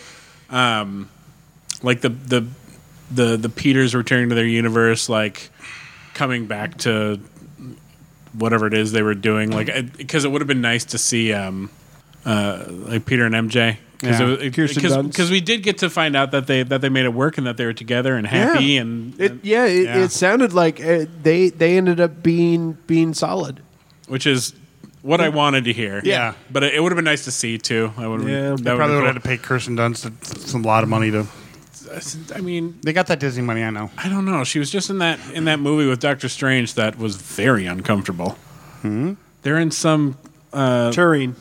S3: um, like the the the the Peters returning to their universe, like coming back to whatever it is they were doing. Like because it would have been nice to see, um, uh, like Peter and MJ.
S4: Yeah.
S1: Kirsten Dunst.
S3: Because we did get to find out that they that they made it work and that they were together and happy and,
S1: It, yeah, it,
S3: Yeah.
S1: it sounded like uh, they they ended up being being solid.
S3: which is what I wanted to hear.
S1: Yeah.
S3: but it, would have been nice to see too. I would
S1: Yeah.
S3: have.
S1: They
S4: they probably would have had to pay Kirsten Dunst some lot of money to
S3: I mean,
S4: They got that Disney money, I know.
S3: I don't know. She was just in that in that movie with Doctor Strange that was very uncomfortable.
S4: Hmm?
S3: They're in some
S4: Uh,
S1: Turing.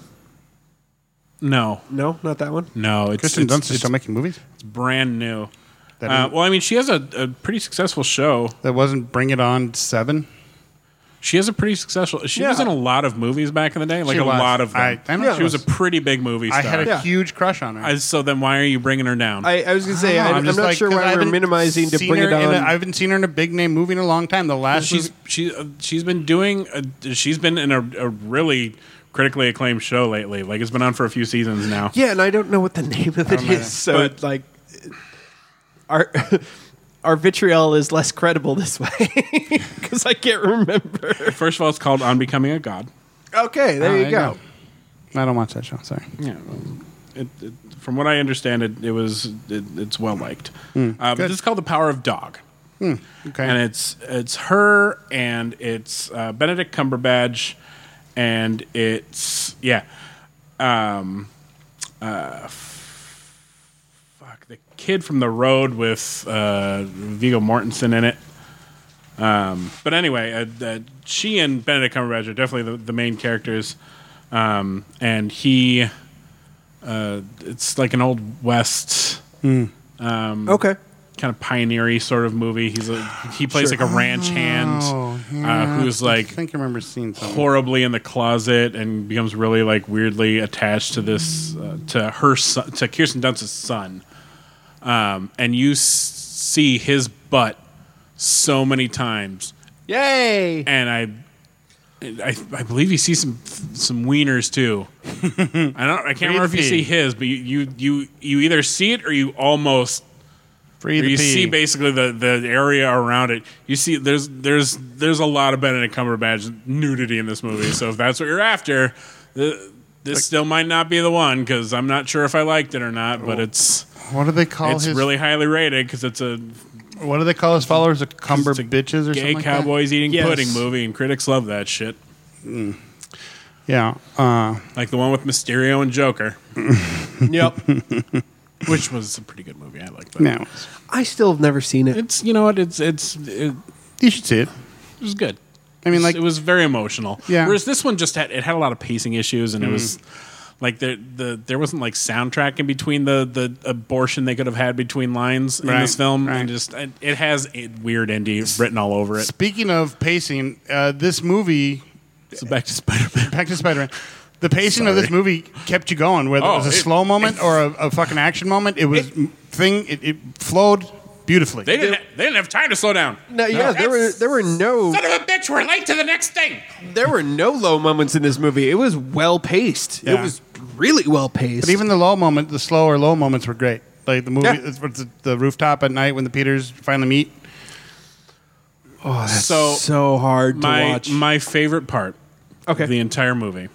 S3: no,
S1: No, not that
S4: Hmm.
S1: one.
S3: no. It's
S4: Kristen
S3: it's,
S4: Dunst is
S3: it's
S4: still making movies.
S3: brand new.
S4: That
S3: Uh,
S4: is-
S3: well, I mean, she has a, a pretty successful show.
S4: That wasn't Bring It On Seven.
S3: She has a pretty successful. She was
S1: Yeah.
S3: in a lot of movies back in the day, like
S4: She
S3: a
S4: was.
S3: lot of them.
S4: I- I know
S3: she was a pretty big movie star.
S4: I had a
S1: Yeah.
S4: huge crush on her.
S3: I- so then why are you bringing her down?
S1: I, I was gonna say
S4: don't know,
S1: I, I'm,
S4: Ah, just
S1: not
S4: like-
S1: sure
S4: 'cause I
S1: why we're
S4: haven't
S1: minimizing to
S4: seen
S1: bring
S4: her
S1: it
S4: in
S1: on.
S4: a- I haven't seen her in a big name movie in a long time. The last
S3: she's
S4: movie-
S3: she uh, she's been doing uh, she's been in a, a really critically acclaimed show lately. Like it's been on for a few seasons now.
S1: Yeah, and I don't know what the name of it is. So
S3: But-
S1: it's like our our vitriol is less credible this way because I can't remember.
S3: First of all, it's called On Becoming a God.
S1: Okay, there
S4: Oh,
S1: you go.
S4: I don't watch that show. Sorry.
S3: Yeah. It, it, from what I understand, it, it was it, it's well liked. uh, but
S4: good.
S3: this is called The Power of Dog.
S4: Okay.
S3: and it's it's her and it's uh, Benedict Cumberbatch and it's yeah um uh f- fuck the kid from the road with uh Vigo Mortensen in it um but anyway uh, uh, she and Benedict Cumberbatch are definitely the, the main characters um and he uh it's like an old west
S1: Mm. Okay.
S3: kind of pioneery sort of movie. He's a he plays
S1: Sure.
S3: like a ranch hand uh, who's
S4: I
S3: like
S4: think I remember seeing something.
S3: horribly in the closet and becomes really like weirdly attached to this uh, to her son, to Kirsten Dunst's son. Um, and you s- see his butt so many times,
S1: Yay!
S3: and I. I, I believe you see some some wieners too. I don't. I can't remember if you
S4: Breathe
S3: see
S4: pee.
S3: his, but you, you you you either see it or you almost
S4: Free
S3: or
S4: the
S3: you
S4: pea.
S3: see basically the, the area around it. You see, there's there's there's a lot of Benedict Cumberbatch nudity in this movie. so if that's what you're after, th- this still might not be the one because I'm not sure if I liked it or not.
S1: Oh.
S3: But it's
S4: What do they call
S3: it's
S4: his?
S3: really highly rated because it's a
S4: what do they call his followers? A cumber
S3: it's a
S4: bitches or
S3: gay
S4: something? like that?
S3: cowboys eating
S1: Yes.
S3: pudding movie, and critics love that shit.
S4: Yeah. Uh,
S3: Like the one with Mysterio and Joker,
S1: Yep.
S3: which was a pretty good movie. I like that.
S4: no.
S1: I still have never seen it.
S3: It's you know what it's it's it,
S4: You should see it.
S3: it was good.
S4: I mean, like-
S3: it was very emotional.
S4: Yeah.
S3: Whereas this one just had it had a lot of pacing issues, and it was
S4: Mm.
S3: like there the there wasn't like soundtrack in between the the abortion they could have had between lines in
S4: Right,
S3: this film,
S4: right.
S3: and just it, it has a weird indie written all over it.
S4: Speaking of pacing, uh, this movie
S3: So back to Spider Man.
S4: back to Spider Man. The pacing of this movie kept you going, whether
S3: Oh,
S4: it was a
S3: it-
S4: slow moment or a, a fucking action moment. It was thing. It, it flowed beautifully.
S3: They didn't. They didn't have time to slow down.
S1: No, yeah, there were there were no
S3: Son of a bitch, we're late to the next thing.
S1: there were no low moments in this movie. It was well paced. It
S4: Yeah.
S1: was really well paced.
S4: But even the low moment, the slower low moments were great. Like the movie,
S1: Yeah.
S4: it's- it's the rooftop at night when the Peters finally meet.
S3: so
S1: Oh, so hard to
S3: my
S1: watch.
S3: my favorite part
S1: Okay.
S3: of the entire movie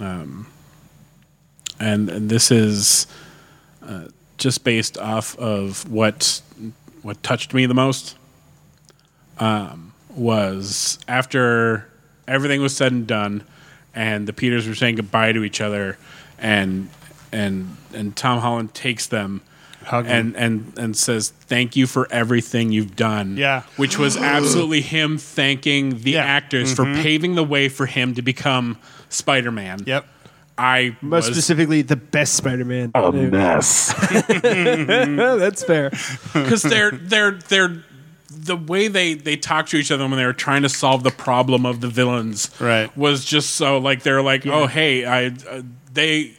S3: um, and, and this is uh, just based off of what what touched me the most um, was after everything was said and done and the peters were saying goodbye to each other and and and tom holland takes them
S4: Hug
S3: and, and and says thank you for everything you've done
S4: Yeah.
S3: which was absolutely him thanking the
S4: Yeah.
S3: actors for paving the way for him to become Spider-Man.
S4: Mm-hmm. Yep.
S3: I
S1: Most
S3: was Oh.
S1: specifically, the best Spider-Man. A mess. That's fair.
S3: because they're they're they're the way they they talked to each other when they were trying to solve the problem of the villains
S4: Right.
S3: was just so like they're like oh hey I uh, they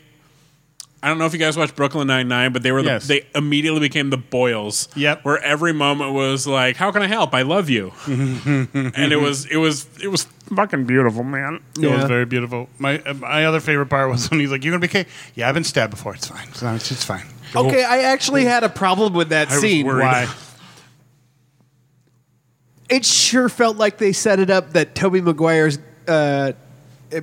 S3: I don't know if you guys watched Brooklyn Nine Nine but they were the,
S4: Yes.
S3: they immediately became the Boyles
S4: Yep.
S3: where every moment was like how can I help I love you and it was it was it was fucking beautiful man
S4: It was
S1: Yeah.
S4: very beautiful. My uh, my other favorite part was when he's like, "You're gonna be okay." Yeah, I've been stabbed before. It's fine. It's, not, it's, it's fine.
S1: Okay, I actually had a problem with that
S3: Oh. was
S1: scene.
S3: worried.
S4: Why?
S1: It sure felt like they set it up that Toby Maguire's uh,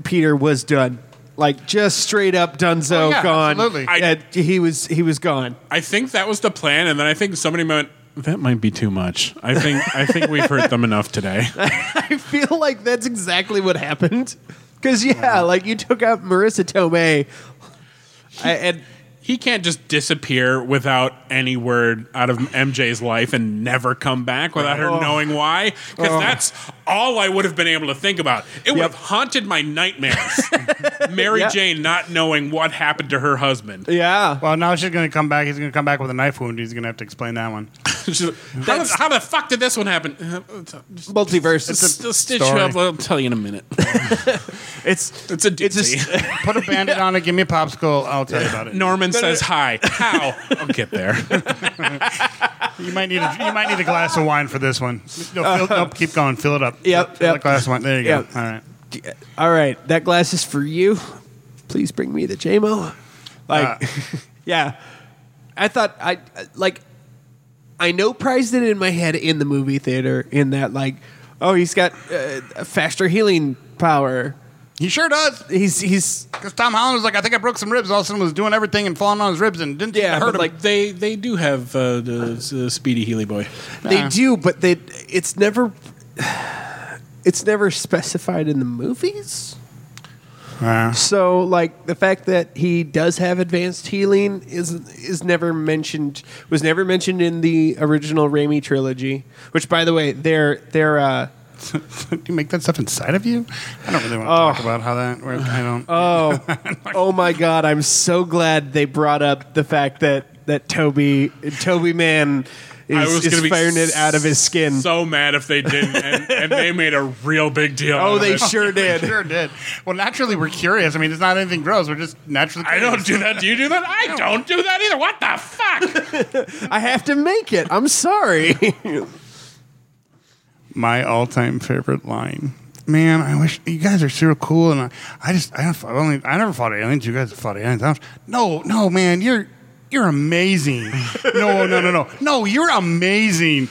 S1: Peter was done. Like just straight up Dunzo
S4: Oh, yeah,
S1: gone.
S4: absolutely.
S3: I-
S1: Uh, he was he was gone.
S3: I think that was the plan, and then I think somebody went. That might be too much. I think I think we've hurt them enough today.
S1: I feel like that's exactly what happened. Because yeah, like you took out Marissa Tomei, I, and
S3: he can't just disappear without any word out of MJ's life and never come back without her knowing why. Because that's all I would have been able to think about. It would
S1: Yep.
S3: have haunted my nightmares. Mary
S1: Yeah.
S3: Jane not knowing what happened to her husband.
S1: Yeah.
S4: Well, now she's going to come back. He's going to come back with a knife wound. He's going to have to explain that one.
S3: She's like, how, the, how the fuck did this one happen? Uh,
S1: Multiverse.
S3: s-
S1: It's,
S3: stitch
S4: story.
S3: up. I'll tell you in a minute.
S1: it's
S3: It's a doozy.
S4: Put a bandit on it. Give me a popsicle. I'll tell you about it.
S3: Norman says hi. How? I'll get there.
S4: You might need a, you might need a glass of wine for this one. No, fill, no, keep going. Fill it up.
S1: Yep,
S4: Fill
S1: yep.
S4: the glass of wine. There you go.
S1: Yep.
S4: All right.
S1: all right. That glass is for you. Please bring me the JMO. Like, yeah. I thought I like. I know prized it in my head in the movie theater in that like, oh, he's got uh, faster healing power.
S4: He sure does.
S1: He's he's
S4: Because Tom Holland was like, I think I broke some ribs. All of a sudden was doing everything and falling on his ribs and didn't think
S1: Yeah,
S4: I
S1: but
S4: hurt him.
S1: like-
S3: they they do have uh, the, s- uh, Speedy Healy Boy.
S1: they do, but they it's never it's never specified in the movies.
S4: Yeah.
S1: So, like the fact that he does have advanced healing is is never mentioned. Was never mentioned in the original Raimi trilogy. Which, by the way, they're they're uh,
S4: Do you make that stuff inside of you? I don't really want to talk about how that. Or, I don't.
S1: oh oh my god! I'm so glad they brought up the fact that that Toby Toby Man
S3: I was
S1: is,
S3: gonna
S1: is
S3: be
S1: firing it out of his skin.
S3: So mad if they didn't, and, and they made a real big deal. out
S1: oh,
S3: of
S1: they
S3: it.
S1: sure did.
S4: sure did. Well, naturally we're curious. I mean, it's not anything gross. We're just naturally.
S3: I
S4: Curious.
S3: don't do that. Do you do that? I don't do that either. What the fuck?
S1: I have to make it. I'm sorry.
S4: my all-time favorite line. Man, I wish you guys are so cool, and I, I just I don't, I only I never fought aliens. You guys have fought aliens. I don't- No, no, man, you're you're amazing. no, no, no, no, no, you're amazing,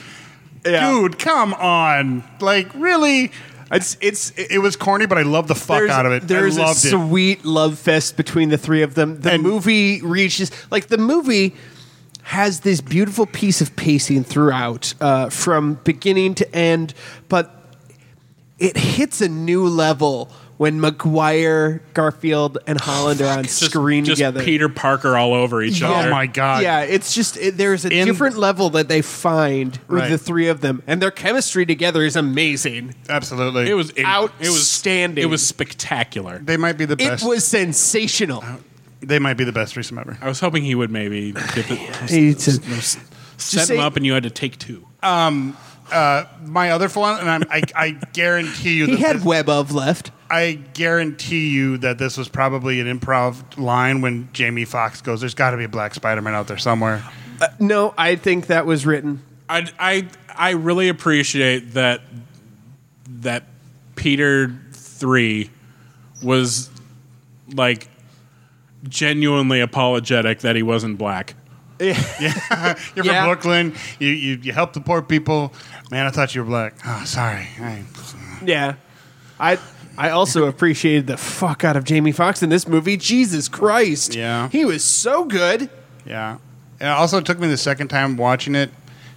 S1: Yeah.
S4: dude. Come on, like really.
S1: It's it's
S4: It, it was corny, but I loved the fuck
S1: there's,
S4: out of it.
S1: There's
S4: I loved
S1: a
S4: it.
S1: sweet love fest between the three of them. The
S4: And-
S1: movie reaches like the movie has this beautiful piece of pacing throughout, uh, from beginning to end, but it hits a new level when McGuire, Garfield, and Holland are on
S3: Just-
S1: screen
S3: just
S1: together.
S3: Peter Parker all over each
S4: Yeah.
S3: other.
S4: Oh my God.
S1: Yeah, it's just it, there's a
S4: In-
S1: different level that they find with
S4: Right.
S1: the three of them, and their chemistry together is amazing.
S4: Absolutely,
S3: It was it, It was
S1: Outstanding.
S3: It was spectacular.
S4: They might be the best.
S1: It was sensational.
S4: They might be the best threesome ever.
S3: I was hoping he would maybe dip it,
S1: It's a-
S3: set
S1: say-
S3: him up, and you had to take two.
S4: My other one, and I'm, I, I guarantee you,
S1: he
S4: that
S1: had
S4: this-
S1: web of left.
S4: I guarantee you that this was probably an improv line when Jamie Foxx goes, "There's got to be a black Spider-Man out there somewhere."
S1: Uh, No, I think that was written.
S3: I, I I really appreciate that that Peter three was like genuinely apologetic that he wasn't black.
S4: You're
S1: Yeah.
S4: from Brooklyn. You, you you help the poor people. Man, I thought you were black. Oh, sorry. I,
S1: Yeah. I I also appreciated the fuck out of Jamie Foxx in this movie. Jesus Christ.
S4: Yeah.
S1: He was so good.
S4: yeah. And it also took me the second time watching it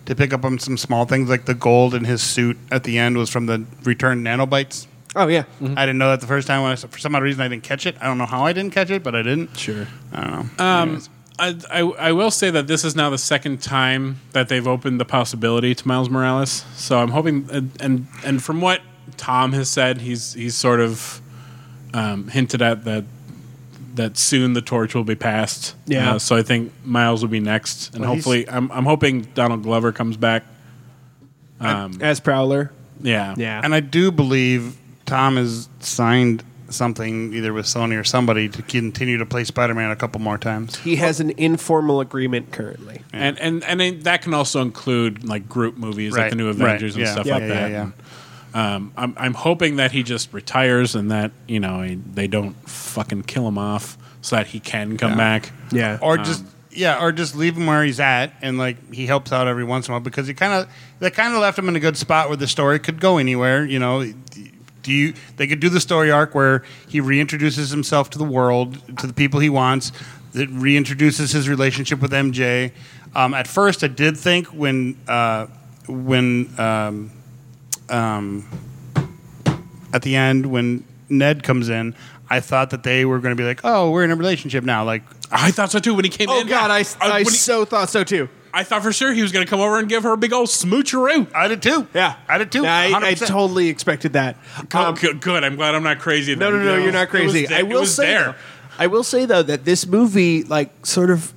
S4: to pick up on some small things like the gold in his suit at the end was from the return nanobites.
S1: Oh yeah.
S3: Mm-hmm.
S4: I didn't know that the first time. When I, for some odd reason, I didn't catch it. I don't know how I didn't catch it, but I didn't.
S3: Sure.
S4: I don't know.
S3: Um, I, I I will say that this is now the second time that they've opened the possibility to Miles Morales. So I'm hoping, and and, and from what Tom has said, he's he's sort of um, hinted at that that soon the torch will be passed. Uh,
S1: Yeah.
S3: so I think Miles will be next, and
S4: Well, he's-
S3: hopefully, I'm I'm hoping Donald Glover comes back.
S4: Um,
S1: As Prowler.
S3: Yeah.
S1: Yeah.
S4: And I do believe Tom has signed something either with Sony or somebody to continue to play Spider Man a couple more times.
S1: he has an informal agreement currently.
S3: And and and then that can also include like group movies like the new Avengers
S4: right,
S3: and
S4: yeah,
S3: stuff
S4: yeah,
S3: like
S4: yeah,
S3: that.
S4: Yeah,
S3: Um, I'm, I'm hoping that he just retires and that you know he, they don't fucking kill him off so that he can come back.
S1: Yeah.
S4: Or just yeah, or just leave him where he's at and like he helps out every once in a while because he kind of they kind of left him in a good spot where the story could go anywhere. You know, do you they could do the story arc where he reintroduces himself to the world to the people he wants. That reintroduces his relationship with MJ. Um, at first, I did think when uh, when um, at the end when Ned comes in. I thought that they were going to be like, oh, we're in a relationship now. Like,
S3: I thought so too when he came
S1: Oh
S3: in.
S1: God, I,
S3: Uh,
S1: I
S3: when he-
S1: so thought so too.
S3: I thought for sure he was going to come over and give her a big old smoocheroo.
S4: I did too.
S1: Yeah,
S4: I did too.
S1: No, I, I
S4: 100%.
S1: totally expected that.
S3: Oh,
S1: Um,
S3: good, good. I'm glad I'm not crazy.
S1: no, no,
S3: then.
S1: no,
S3: It
S1: you're
S3: was-
S1: not crazy.
S3: It was,
S1: I will
S3: it was
S1: say,
S3: there.
S1: though- I will say though that this movie like sort of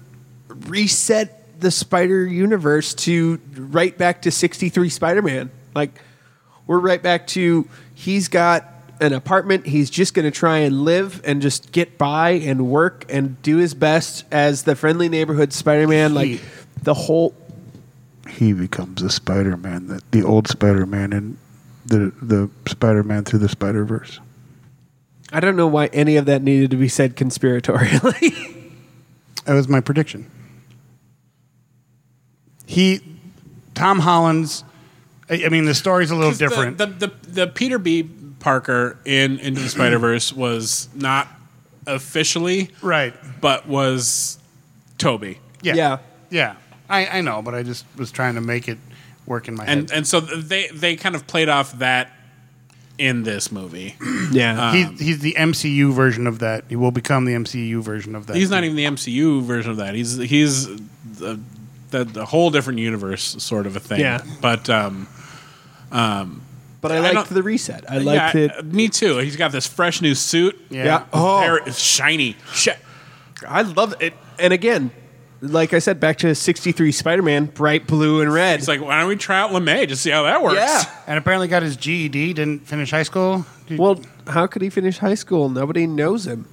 S1: reset the Spider Universe to right back to '63 Spider-Man. Like we're right back to he's got an apartment. He's just going to try and live and just get by and work and do his best as the friendly neighborhood Spider-Man. Like the whole
S5: he becomes the Spider Man, the, the old Spider Man, and the the Spider Man through the Spider Verse.
S1: I don't know why any of that needed to be said conspiratorially.
S4: That was my prediction. He, Tom Holland's. I I mean, the story's a little
S3: 'Cause the-
S4: different.
S3: The, the, the, Peter B. Parker in Into the Spider Verse was not officially
S4: right.
S3: but was Toby.
S4: Yeah.
S1: Yeah.
S4: Yeah. I, I know, but I just was trying to make it work in my
S3: And
S4: head.
S3: and so they they kind of played off that in this movie.
S1: yeah.
S4: he's, he's the MCU version of that. He will become the MCU version of that.
S3: He's not even the MCU version of that. He's he's the, the, the whole different universe sort of a thing.
S1: Yeah.
S3: But um,
S1: But I
S3: I
S1: liked
S3: don't-
S1: the reset. I liked
S3: yeah, uh,
S1: it.
S3: me too. He's got this fresh new suit.
S4: Yeah.
S1: Yeah. Oh,
S3: Hair is shiny.
S1: shit. I love it. And again, like I said, back to 63 Spider Man, bright blue and red.
S3: It's like, why don't we try out LeMay to see how that works?
S1: yeah.
S4: And apparently got his GED, didn't finish high school. He-
S1: Well, how could he finish high school? Nobody knows him.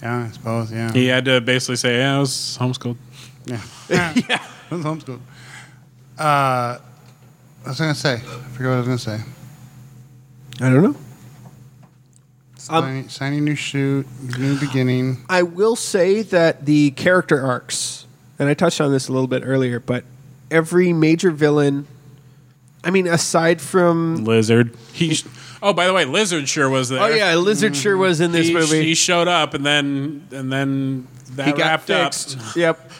S4: yeah, I suppose, yeah.
S3: He had to basically say, yeah, I was homeschooled.
S4: Yeah. yeah. It was homeschooled. Uh, what was I going to say? I forgot what I was going to say.
S1: I don't know. Um,
S4: Signing, signing new shoot, new beginning.
S1: I will say that the character arcs, and I touched on this a little bit earlier, but every major villain, I mean, aside from.
S3: Lizard. He. sh- oh, by the way, Lizard sure was there.
S1: Oh, yeah, Lizard sure was in this
S3: he,
S1: movie.
S3: he showed up and then and then that
S1: he got
S3: wrapped
S1: fixed.
S3: up.
S1: Yep.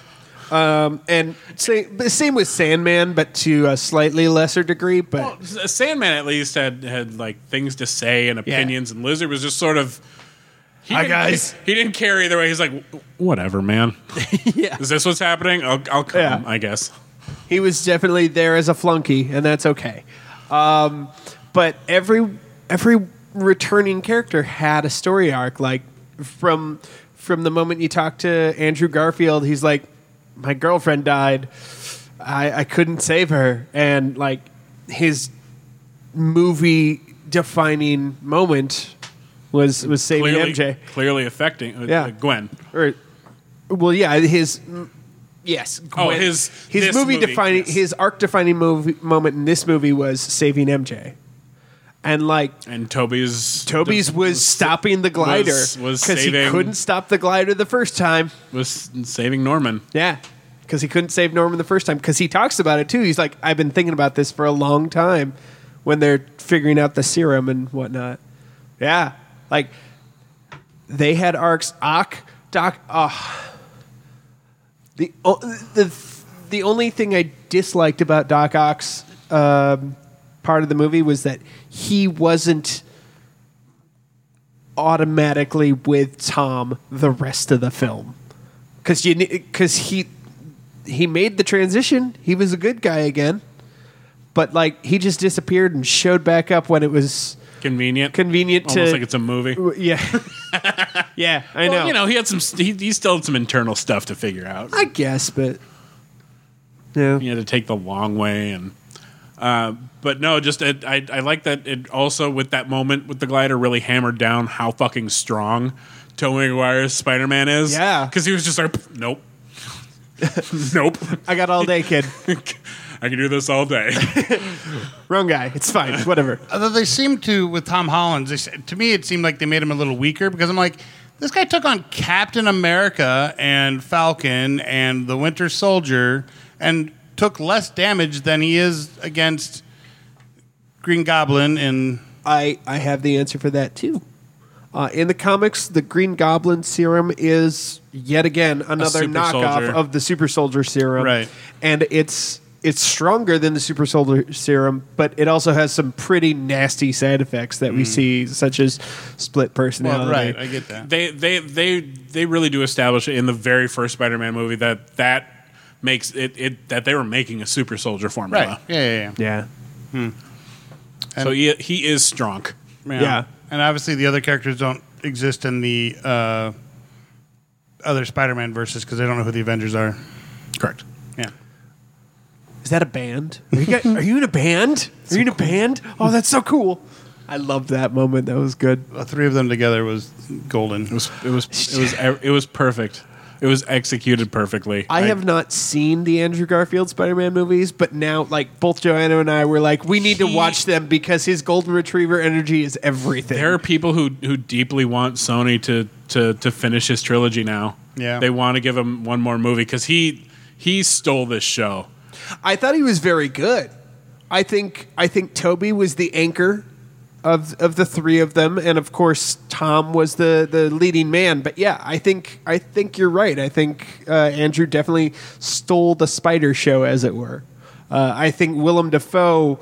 S1: Um, and same, but same with Sandman, but to a slightly lesser degree. But
S3: Well, S- Sandman at least had had like things to say and opinions, and Lizard was just sort of. He
S1: Hi,
S3: didn't-
S1: guys.
S3: He didn't care either way. He's like, "Wh- whatever, man.
S1: yeah,
S3: Is this what's happening? I'll, I'll come,
S1: Yeah.
S3: I guess.
S1: he was definitely there as a flunky, and that's okay. Um, but every every returning character had a story arc. Like from from the moment you talk to Andrew Garfield, he's like, "My girlfriend died. I, I couldn't save her," and like his movie defining moment was was saving
S3: Clearly,
S1: MJ.
S3: clearly affecting uh,
S1: Yeah.
S3: uh, Gwen.
S1: or well, yeah, his mm, yes,
S3: Oh,
S1: Gwen.
S3: his-
S1: his
S3: this
S1: movie,
S3: movie,
S1: defining
S3: yes.
S1: his arc defining movie moment in this movie was saving MJ, and like
S3: And Toby's
S1: Toby's was stopping the glider
S3: was- was
S1: he
S3: saving-
S1: couldn't stop the glider the first time.
S3: was saving Norman.
S1: Yeah. Because he couldn't save Norman the first time. Because he talks about it too. He's like, I've been thinking about this for a long time when they're figuring out the serum and whatnot. Yeah. Like, they had arcs. Ock, Doc, ah. The, o- the, the only thing I disliked about Doc Ock's um, part of the movie was that he wasn't automatically with Tom the rest of the film because you because he he made the transition. He was a good guy again, but like he just disappeared and showed back up when it was
S3: Convenient.
S1: Convenient to-
S3: Almost like it's a movie.
S1: yeah yeah I
S3: Well,
S1: know.
S3: you know, he had some. st- He, he still had some internal stuff to figure out.
S1: I guess, but yeah
S3: you had to take the long way, and uh, but no, just it, I I like that it also with that moment with the glider really hammered down how fucking strong Tobey Maguire's Spider Man is.
S1: Yeah.
S3: because he was just like, nope, nope,
S1: I got all day, kid.
S3: I can do this all day.
S1: Wrong guy. It's fine. Whatever.
S4: Although they seemed to with Tom Holland, they, s- to me it seemed like they made him a little weaker because I'm like, this guy took on Captain America and Falcon and the Winter Soldier and took less damage than he is against Green Goblin and
S1: I I have the answer for that too. Uh, in the comics, the Green Goblin serum is yet again another
S3: super
S1: knockoff
S3: soldier.
S1: of the Super Soldier serum,
S4: Right.
S1: And it's it's stronger than the super soldier serum, but it also has some pretty nasty side effects that we see, such as split personality.
S4: right, I get that.
S3: They they they they really do establish in the very first Spider-Man movie that that makes it, it that they were making a super soldier formula.
S4: Right. Yeah, yeah, yeah.
S1: Yeah.
S3: So he, he is strong.
S1: Yeah.
S4: And obviously, the other characters don't exist in the uh, other Spider-Man verses because they don't know who the Avengers are.
S3: Correct.
S4: Yeah.
S1: Is that a band? Are you, guys, are you in a band? Are you in a band? Oh, that's so cool. I loved that moment. That was good.
S4: The three of them together was golden.
S3: It was it was it was ev- it was perfect. It was executed perfectly.
S1: I have not seen the Andrew Garfield Spider-Man movies, but now, like both Joanna and I were like, we need to
S3: He-
S1: watch them because his golden retriever energy is everything.
S3: There are people who who deeply want Sony to to to finish his trilogy now.
S4: Yeah.
S3: They want to give him one more movie because he he stole this show.
S1: I thought he was very good. I think I think Toby was the anchor of of the three of them, and of course Tom was the the leading man. But yeah, I think I think you're right. I think uh, Andrew definitely stole the Spider Show, as it were. Uh, I think Willem Dafoe,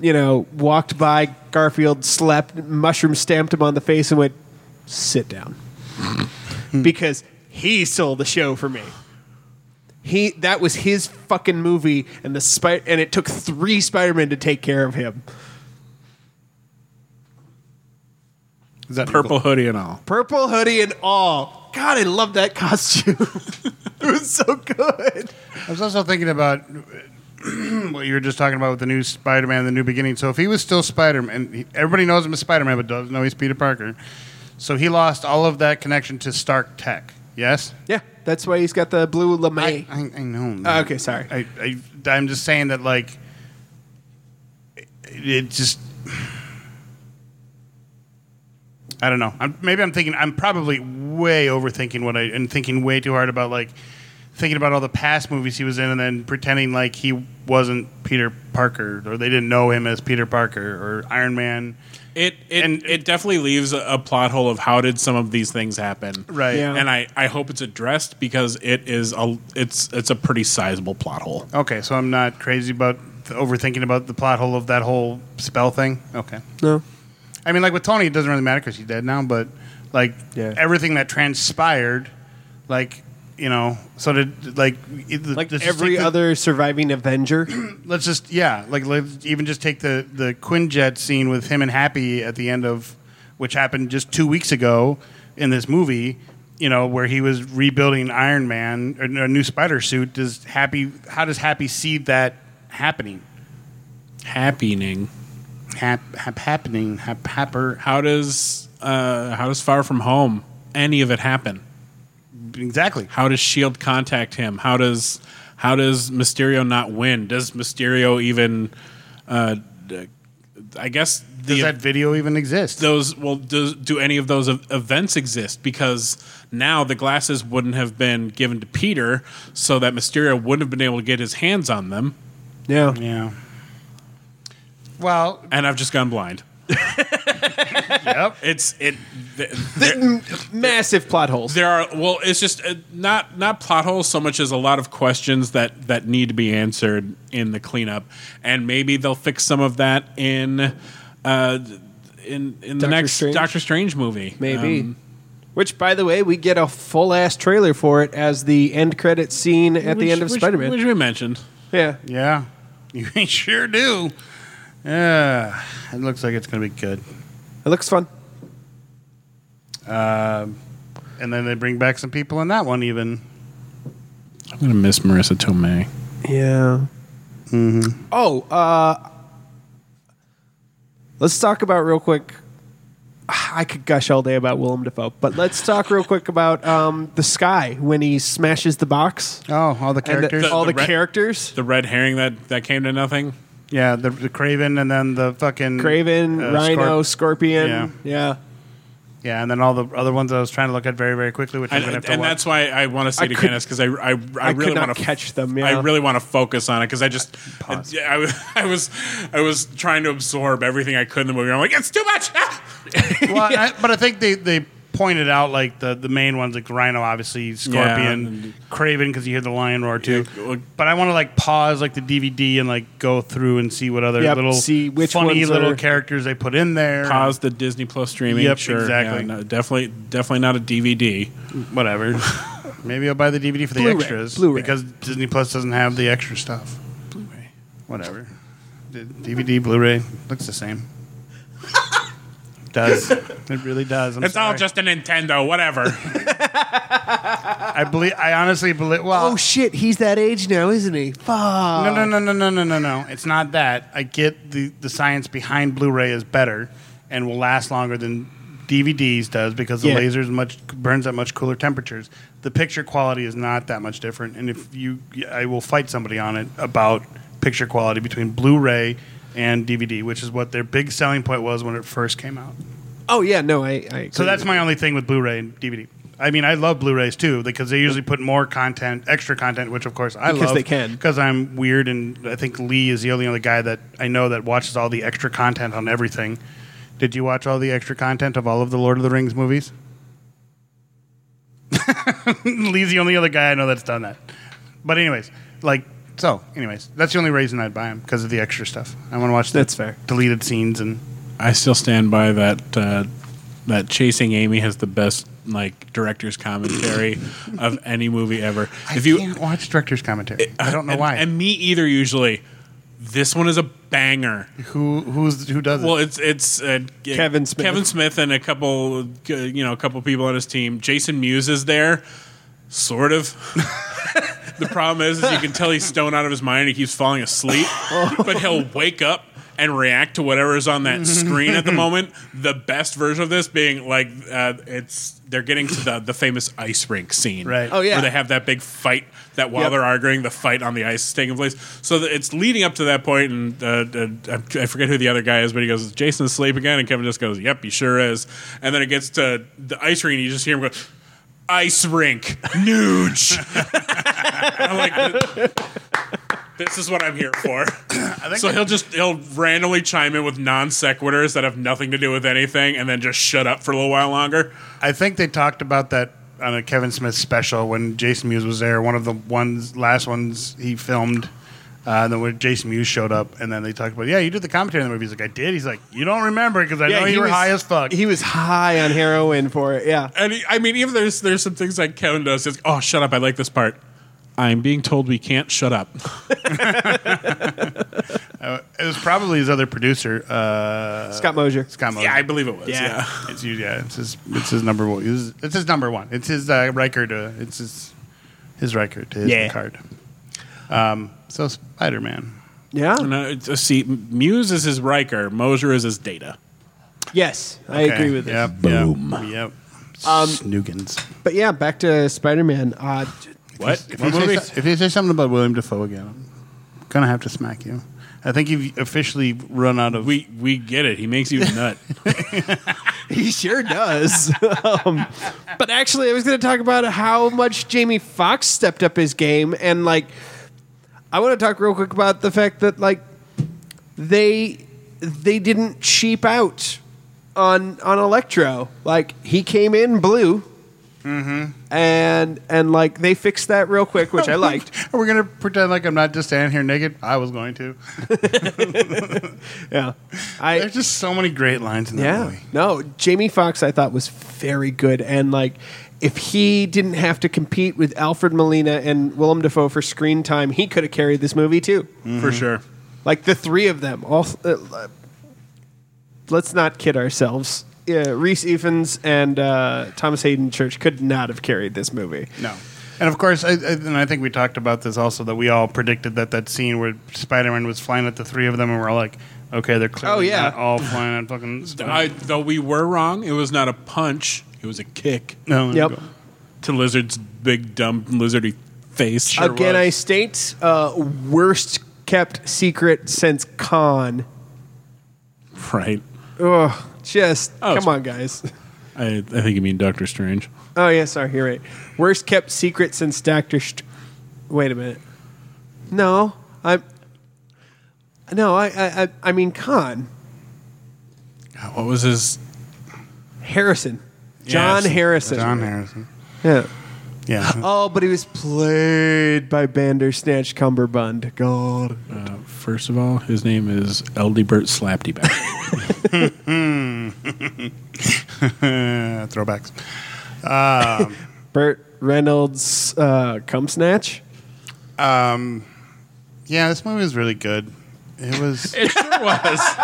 S1: you know, walked by Garfield, slapped, mushroom stamped him on the face, and went, "Sit down," because he stole the show for me. He that was his fucking movie, and the spider and it took three Spider Men to take care of him.
S4: Is that
S3: Purple hoodie and all.
S1: Purple hoodie and all. God, I love that costume. it was so good.
S4: I was also thinking about what you were just talking about with the new Spider-Man, the new beginning. So if he was still Spider-Man, he- everybody knows him as Spider-Man, but doesn't know he's Peter Parker. So he lost all of that connection to Stark Tech. Yes,
S1: Yeah, that's why he's got the blue
S4: I,
S1: lame.
S4: I, I know.
S1: Oh,
S4: that.
S1: okay, sorry.
S4: I, I I'm just saying that like it, it just. I don't know. I'm, maybe I'm thinking. I'm probably way overthinking what I and thinking way too hard about like thinking about all the past movies he was in and then pretending like he wasn't Peter Parker or they didn't know him as Peter Parker or Iron Man.
S3: It it
S4: And-
S3: it definitely leaves a, a plot hole of how did some of these things happen.
S4: Right.
S1: Yeah.
S3: And I, I hope it's addressed because it is a it's it's a pretty sizable plot hole.
S4: Okay, so I'm not crazy about th- overthinking about the plot hole of that whole spell thing. Okay.
S1: No.
S4: I mean, like with Tony, it doesn't really matter because he's dead now. But like
S1: Yeah.
S4: everything that transpired, like you know, so did like it-
S1: Like
S4: let's just
S1: every
S4: take the-
S1: other surviving Avenger.
S4: Let's just yeah, like let's even just take the the Quinjet scene with him and Happy at the end of, which happened just two weeks ago in this movie. You know where he was rebuilding Iron Man or a new Spider suit. Does Happy? How does Happy see that happening?
S3: Happening.
S4: Hap, hap happening. Hap, happer.
S3: How does uh how does Far From Home any of it happen?
S4: Exactly.
S3: How does Shield E contact him? How does how does Mysterio not win? Does Mysterio even? Uh, d- I guess the
S4: Does that video even exist?
S3: those well does, do any of those ev- events exist? Because now the glasses wouldn't have been given to Peter, so that Mysterio wouldn't have been able to get his hands on them,
S1: Yeah.
S4: Yeah. Well,
S3: and I've just gone blind.
S4: yep.
S3: It's it. th-
S1: Massive plot holes.
S3: there are well it's just uh, not not plot holes so much as a lot of questions that that need to be answered in the cleanup and maybe they'll fix some of that in uh in in the
S1: Doctor
S3: next
S1: Strange?
S3: doctor strange movie
S1: Maybe.
S3: Um,
S1: which, by the way, we get a full ass trailer for it as the end credit scene at
S3: which-
S1: the end of
S3: which-
S1: Spider Man.
S3: which we mentioned
S1: Yeah.
S4: Yeah. You sure do. Yeah. It looks like it's going to be good.
S1: It looks fun.
S4: And then they bring back some people in that one, even.
S3: i'm gonna miss marissa tomei
S1: Yeah. Oh, uh, let's talk about real quick. I could gush all day about Willem Dafoe, but let's talk real quick about um, the sky when he smashes the box.
S4: Oh, all the
S1: And the-
S4: characters.
S1: all
S3: The-
S1: the,
S3: the re-
S1: characters.
S3: the red herring that that came to nothing
S4: yeah, the, the Craven and then the fucking.
S1: Craven,
S4: uh,
S1: Rhino,
S4: Scorp-
S1: Scorpion.
S4: Yeah.
S1: Yeah.
S4: yeah, and then all the other ones I was trying to look at very, very quickly, which I'm
S3: and,
S4: going to have to
S3: and
S4: watch.
S3: that's why i want to see
S1: I
S3: it
S1: could-
S3: again is because i i, I,
S1: could
S3: really
S1: not
S3: want to
S1: catch them,
S3: i
S1: yeah.
S3: really want to focus on it because i just
S4: Pause.
S3: I, I, was- I was i was trying to absorb everything i could in the movie i'm like it's too much Ah!
S4: well, I, but I think they, they pointed out like the, the main ones, like the Rhino, obviously, Scorpion,
S3: and-
S4: Craven, because you hear the lion roar too.
S3: Yeah, well-
S4: but I want to like pause like the DVD and like go through and see what other
S1: Yep,
S4: little
S1: see which
S4: funny
S1: ones
S4: little
S1: are-
S4: characters they put in there.
S3: Pause the Disney Plus streaming.
S4: Yep,
S3: sure.
S4: exactly.
S3: Yeah, no, definitely, definitely not a DVD.
S4: whatever. Maybe I'll buy the DVD for the
S1: Blu-ray,
S4: extras
S1: Blu-ray.
S4: because Disney Plus doesn't have the extra stuff. Blu-ray, whatever. D- DVD, Blu-ray looks the same. does it really does? I'm
S3: it's all
S4: sorry.
S3: just a Nintendo, whatever.
S4: I believe. I honestly believe. Well,
S1: Oh shit, he's that age now, isn't he? Fuck.
S4: no, no, no, no, no, no, no, no. It's not that. I get the the science behind Blu-ray is better and will last longer than DVDs does because the
S1: Yeah.
S4: laser is much burns at much cooler temperatures. The picture quality is not that much different. And if you, I will fight somebody on it about picture quality between Blu-ray and DVD, which is what their big selling point was when it first came out.
S1: Oh yeah, no, I. I agree
S4: So that's
S1: with
S4: my only thing with Blu-ray and DVD. I mean, I love Blu-rays too because they usually put more content, extra content, which of course I
S1: Because
S4: love
S1: they can.
S4: Because I'm weird, and I think Lee is the only other guy that I know that watches all the extra content on everything. Did you watch all the extra content of all of the Lord of the Rings movies? Lee's the only other guy I know that's done that. But anyways, like so. Anyways, that's the only reason I'd buy them because of the extra stuff. I want to watch the
S1: That's fair.
S4: deleted scenes and
S3: I still stand by that. Uh, that Chasing Amy has the best like director's commentary of any movie ever.
S4: I can't watch director's commentary. I don't know
S3: and,
S4: why.
S3: and me either. Usually, this one is a banger.
S4: Who who's who does
S3: Well,
S4: it?
S3: it's it's uh,
S1: Kevin Smith.
S3: Kevin Smith and a couple, uh, you know, a couple people on his team. Jason Mewes is there, sort of. the problem is, is you can tell he's stoned out of his mind. and He keeps falling asleep,
S1: Oh.
S3: but he'll wake up and react to whatever is on that screen at the moment. The best version of this being like uh, it's they're getting to the the famous ice rink scene,
S4: Right.
S1: Oh, yeah.
S3: where they have that big fight. That while
S1: Yep.
S3: they're arguing, the fight on the ice is taking place. So th- it's leading up to that point, and uh, uh, I I forget who the other guy is, but he goes, "Is "Jason asleep again," and Kevin just goes, "Yep, he sure is." And then it gets to the ice rink, and you just hear him go. Ice rink, nooge. I'm like, this is what I'm here for. so he'll just he'll randomly chime in with non sequiturs that have nothing to do with anything, and then just shut up for a little while longer.
S4: I think they talked about that on a Kevin Smith special when Jason Mewes was there. One of the ones last ones he filmed. Uh, and then when Jason Mewes showed up, and then they talked about, yeah, you did the commentary on the movie. He's like, I did. He's like, you don't remember because I
S1: Yeah,
S4: know
S1: he
S4: you were
S1: was-
S4: high as fuck.
S1: He was high on heroin for it. Yeah.
S3: And he, I mean, even there's there's some things like Kevin does. It's oh, shut up! I like this part. I'm being told we can't shut up.
S4: it was probably his other producer, uh,
S1: Scott Mosier.
S4: Scott. Moser.
S3: yeah, I believe it was.
S1: Yeah.
S3: Yeah.
S4: it's you- yeah, it's his, it's his number one. It's, it's his number one. It's his uh, record. Uh, it's his his record. His
S1: Yeah.
S4: card. Um, so Spider Man.
S1: Yeah.
S3: And, uh, it's- uh, see, Muse is his Riker, Mosier is his Data.
S1: Yes, I
S4: Okay.
S1: agree with this.
S4: Yep,
S5: Boom.
S4: Yep. yep.
S1: Um,
S4: Snoogans.
S1: But yeah, back to Spider-Man. Uh, j-
S3: What?
S4: If you,
S3: What
S4: say,
S3: movie?
S4: so- if you say something about William Defoe again, I'm gonna have to smack you. I think you've officially run out of.
S3: We we get it. He makes you nut.
S1: he sure does. um, but actually, I was going to talk about how much Jamie Foxx stepped up his game, and like, I want to talk real quick about the fact that like they they didn't cheap out on on Electro. Like he came in blue. And and like they fixed that real quick, which I liked.
S4: Are we gonna pretend like I'm not just standing here naked? I was going to.
S1: Yeah, I
S4: There's just so many great lines in that
S1: Yeah.
S4: movie.
S1: No, Jamie Foxx I thought was very good and like if he didn't have to compete with Alfred Molina and Willem Dafoe for screen time, he could have carried this movie too.
S4: Mm-hmm.
S3: For sure.
S1: Like the three of them. All uh, uh, Let's not kid ourselves. Yeah, Reese Evans and uh, Thomas Hayden Church could not have carried this movie.
S4: No. And of course, I, I, and I think we talked about this also that we all predicted that that scene where Spider-Man was flying at the three of them, and we're all like, okay, they're clearly
S1: Oh, yeah.
S4: not all flying at fucking. Spider-
S3: I, though we were wrong, it was not a punch; it was a kick
S4: no. there
S1: Yep.
S4: you go.
S3: to Lizard's big dumb lizardy face.
S1: Again, I state uh, worst kept secret since Con.
S3: right.
S1: Ugh, just come
S3: Oh, it's-
S1: on, guys.
S3: I, I think you mean Doctor Strange.
S1: Oh yeah, sorry, you're right. Worst kept secret since Doctor. St- Wait a minute. No, I'm. No, I, I, I, I mean Khan
S3: What was his?
S1: Harrison. John
S3: Yes.
S1: Harrison.
S4: John Harrison.
S1: Yeah.
S4: Yeah.
S1: Oh, but he was played by Bandersnatch Cumberbund. God.
S3: uh, First of all, his name is Eldibert Slapdyback.
S4: Uh, throwbacks. Um,
S1: Burt Reynolds uh, Cum Snatch.
S4: um, yeah, this movie was really good. It was.
S3: it sure was.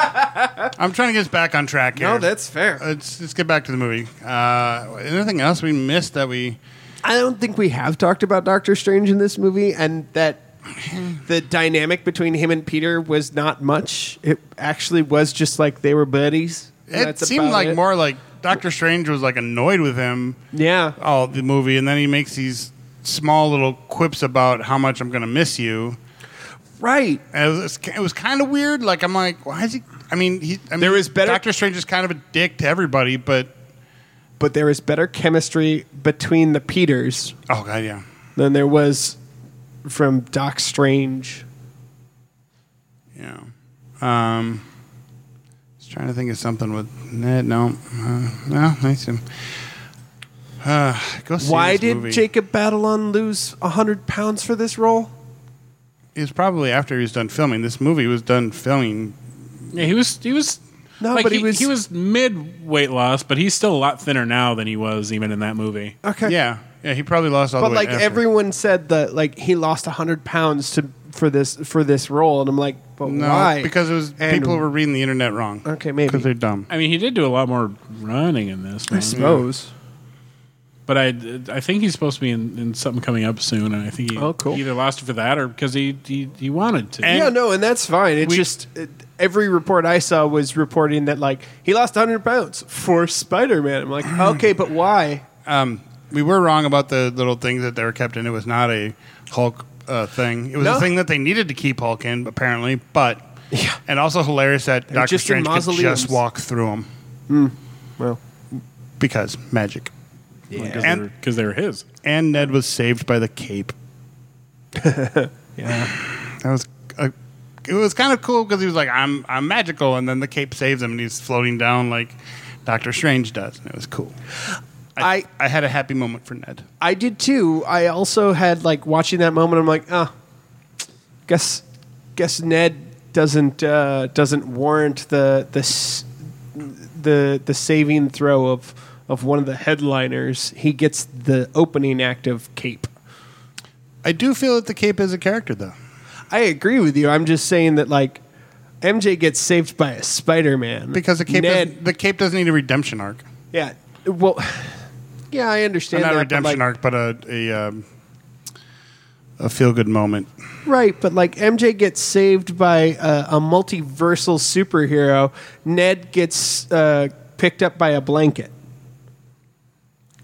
S4: I'm trying to get us back on track here.
S1: fair.
S4: Let's, let's get back to the movie. Uh, anything else we missed that we?
S1: I don't think we have talked about Doctor Strange in this movie, and that the dynamic between him and Peter was not much. It actually was just like they were buddies. and
S4: It
S1: that's
S4: seemed
S1: about
S4: like
S1: it.
S4: more like Doctor Strange was like annoyed with him
S1: Yeah.
S4: all the movie, and then he makes these small little quips about how much I'm gonna miss you.
S1: Right.
S4: And it was it was kind of weird. Like I'm like, why is he? I mean, he. I mean,
S1: There is better-
S4: Doctor Strange is kind of a dick to everybody, but
S1: But there is better chemistry between the Peters
S4: oh god, yeah.
S1: than there was from Doc Strange.
S4: Yeah. Um, just trying to think of something with Ned. No, uh, no, nice him. Uh, go see
S1: Why
S4: this
S1: did
S4: movie.
S1: Jacob Batalon lose 100 pounds for this role?
S4: It was probably after he was done filming. This movie was done filming.
S3: Yeah, he was. He was.
S1: No,
S3: like,
S1: but he was-
S3: he was mid weight loss, but he's still a lot thinner now than he was even in that movie.
S1: Okay.
S4: Yeah, yeah. He probably lost all
S1: But
S4: the
S1: like
S4: weight. after.
S1: everyone said that like he lost 100 pounds to for this for this role and I'm like, but
S4: no,
S1: why?
S4: because it was
S1: And-
S4: people were reading the internet wrong.
S1: Okay,
S4: because
S1: maybe.
S4: they're dumb.
S3: I mean, he did do a lot more running in this,
S1: I
S3: one.
S1: suppose.
S3: but I, I think he's supposed to be in, in something coming up soon, and I think he
S1: Oh, cool.
S3: either lost it for that or because he, he he wanted to.
S1: yeah, no, and that's fine. It's
S4: We-
S1: just it, every report I saw was reporting that like he lost 100 pounds for Spider-Man. I'm like, okay, but why?
S4: Um, we were wrong about the little things that they were kept in. It was not a Hulk uh, thing. It was
S1: No.
S4: a thing that they needed to keep Hulk in, apparently. But
S1: Yeah.
S4: and also hilarious that Doctor
S1: just in
S4: Strange could
S1: mausoleums. Hmm.
S4: just walk through them
S1: Well,
S4: because magic.
S3: because
S4: And-
S3: they, were his.
S4: And Ned was saved by the cape.
S1: yeah.
S4: That was uh, it was kind of cool because he was like, "I'm I'm magical," and then the cape saves him, and he's floating down like Doctor Strange does, and it was cool.
S1: I
S4: I had a happy moment for Ned.
S1: I did too. I also had like watching that moment. I'm like, ah, guess guess Ned doesn't uh, doesn't warrant the the s- the the saving throw of of one of the headliners. He gets the opening act of Cape.
S4: I do feel that the cape is a character, though.
S1: I agree with you. I'm just saying that like MJ gets saved by a Spider Man
S4: Because the cape,
S1: Ned,
S4: doesn't, the cape doesn't need a redemption arc.
S1: yeah, well, yeah, I understand
S4: not a
S1: that, but,
S4: redemption
S1: like,
S4: arc, but a a, um, a feel good moment.
S1: Right, but like MJ gets saved by a, a multiversal superhero, Ned gets uh, picked up by a blanket.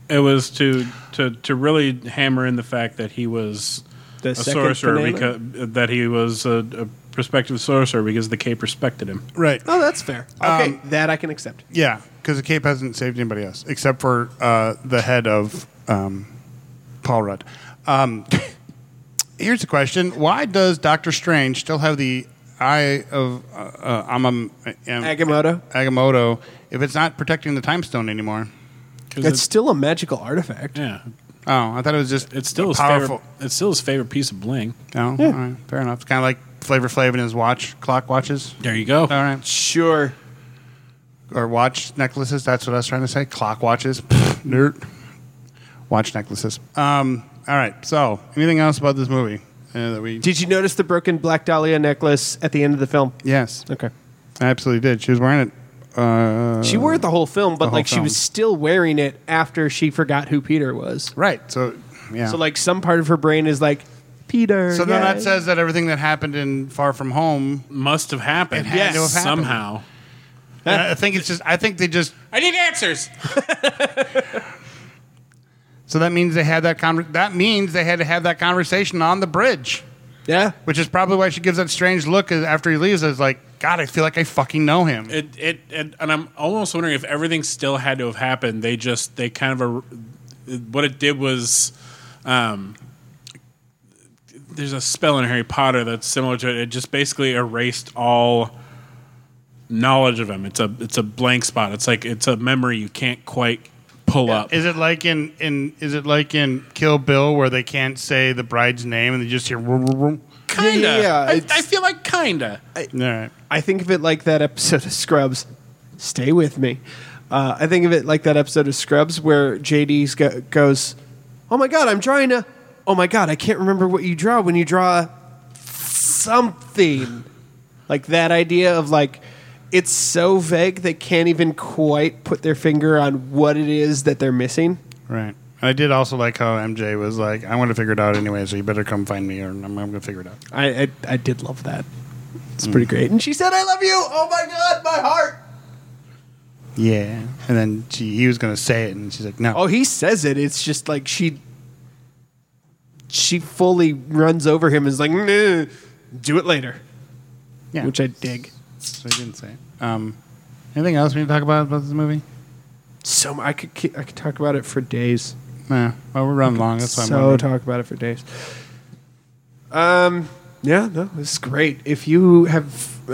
S3: It was to to to really hammer in the fact that he was
S1: The
S3: a
S1: second
S3: sorcerer
S1: banana?
S3: because that he was a, a prospective sorcerer because the cape respected him.
S4: Right.
S1: Oh, that's fair. Okay,
S4: Um,
S1: that I can accept.
S4: Yeah, because the cape hasn't saved anybody else except for uh, the head of um, Paul Rudd. Um, here's a question: Why does Doctor Strange still have the eye of uh, uh, Amam- Am-
S1: Agamotto.
S4: Agamotto if it's not protecting the time stone anymore?
S3: 'Cause
S1: It's
S3: it-
S1: still a magical artifact.
S3: yeah,
S4: Oh, I thought it was just
S3: it's still
S4: a
S3: his
S4: powerful.
S3: favorite. It's still his favorite piece of bling.
S4: No, all right, fair enough. It's kind of like Flavor Flav and his watch clock watches.
S3: There you go.
S4: All right.
S1: Sure.
S4: or watch necklaces. That's what I was trying to say. Clock watches, Pfft, nerd. Watch necklaces. Um, all right. So, anything else about this movie uh, that we?
S1: Did you notice the broken Black Dahlia necklace at the end of the film?
S4: yes,
S1: Okay.
S4: I absolutely did. She was wearing it. Uh,
S1: She wore it the whole film, but
S4: the whole
S1: like she
S4: film.
S1: was still wearing it after she forgot who Peter was.
S4: right. So, yeah.
S1: So like some part of her brain is like Peter.
S4: So then that
S1: yes.
S4: says that everything that happened in Far From Home.
S3: Must have happened.
S4: It had to have happened.
S3: somehow.
S4: and I think it's just. I think they just.
S3: I need answers.
S4: So that means they had that conver- That means they had to have that conversation on the bridge,
S1: yeah.
S4: which is probably why she gives that strange look after he leaves. Is like, God, I feel like I fucking know him.
S3: It it and, and I'm almost wondering if everything still had to have happened. They just they kind of a, what it did was. Um, there's a spell in Harry Potter that's similar to it. It just basically erased all knowledge of him. It's a it's a blank spot. It's like it's a memory you can't quite pull up.
S4: Is it like in, in is it like in Kill Bill where they can't say the bride's name and they just hear vroom, vroom, vroom?
S1: Yeah,
S3: Kinda.
S1: yeah, yeah,
S3: I,
S1: it's-
S3: I feel like kinda.
S4: All right.
S1: I think of it like that episode of Scrubs. Stay with me. Uh, I think of it like that episode of Scrubs where JD go- goes, "Oh my god, I'm drawing a. Oh my god, I can't remember what you draw when you draw something." Like that idea of like, it's so vague they can't even quite put their finger on what it is that they're missing.
S4: Right. I did also like how MJ was like, I'm going to figure it out anyway, so you better come find me or I'm, I'm going to figure it out.
S1: I, I I did love that. It's pretty great. And she said, "I love you." Oh my god, my heart.
S4: Yeah. And then she, he was going to say it, and she's like, no.
S1: Oh, he says it. It's just like she she fully runs over him and is like, "Nah, do it later,
S4: yeah.
S1: which I dig.
S4: so he didn't say it. Um, anything else we need to talk about about this movie?
S1: So mu- I could ke- I could talk about it for days.
S4: Nah. Well, we're running long. That's why I'm
S1: So
S4: wondering.
S1: talk about it for days. Um. Yeah. No. This is great. If you have uh,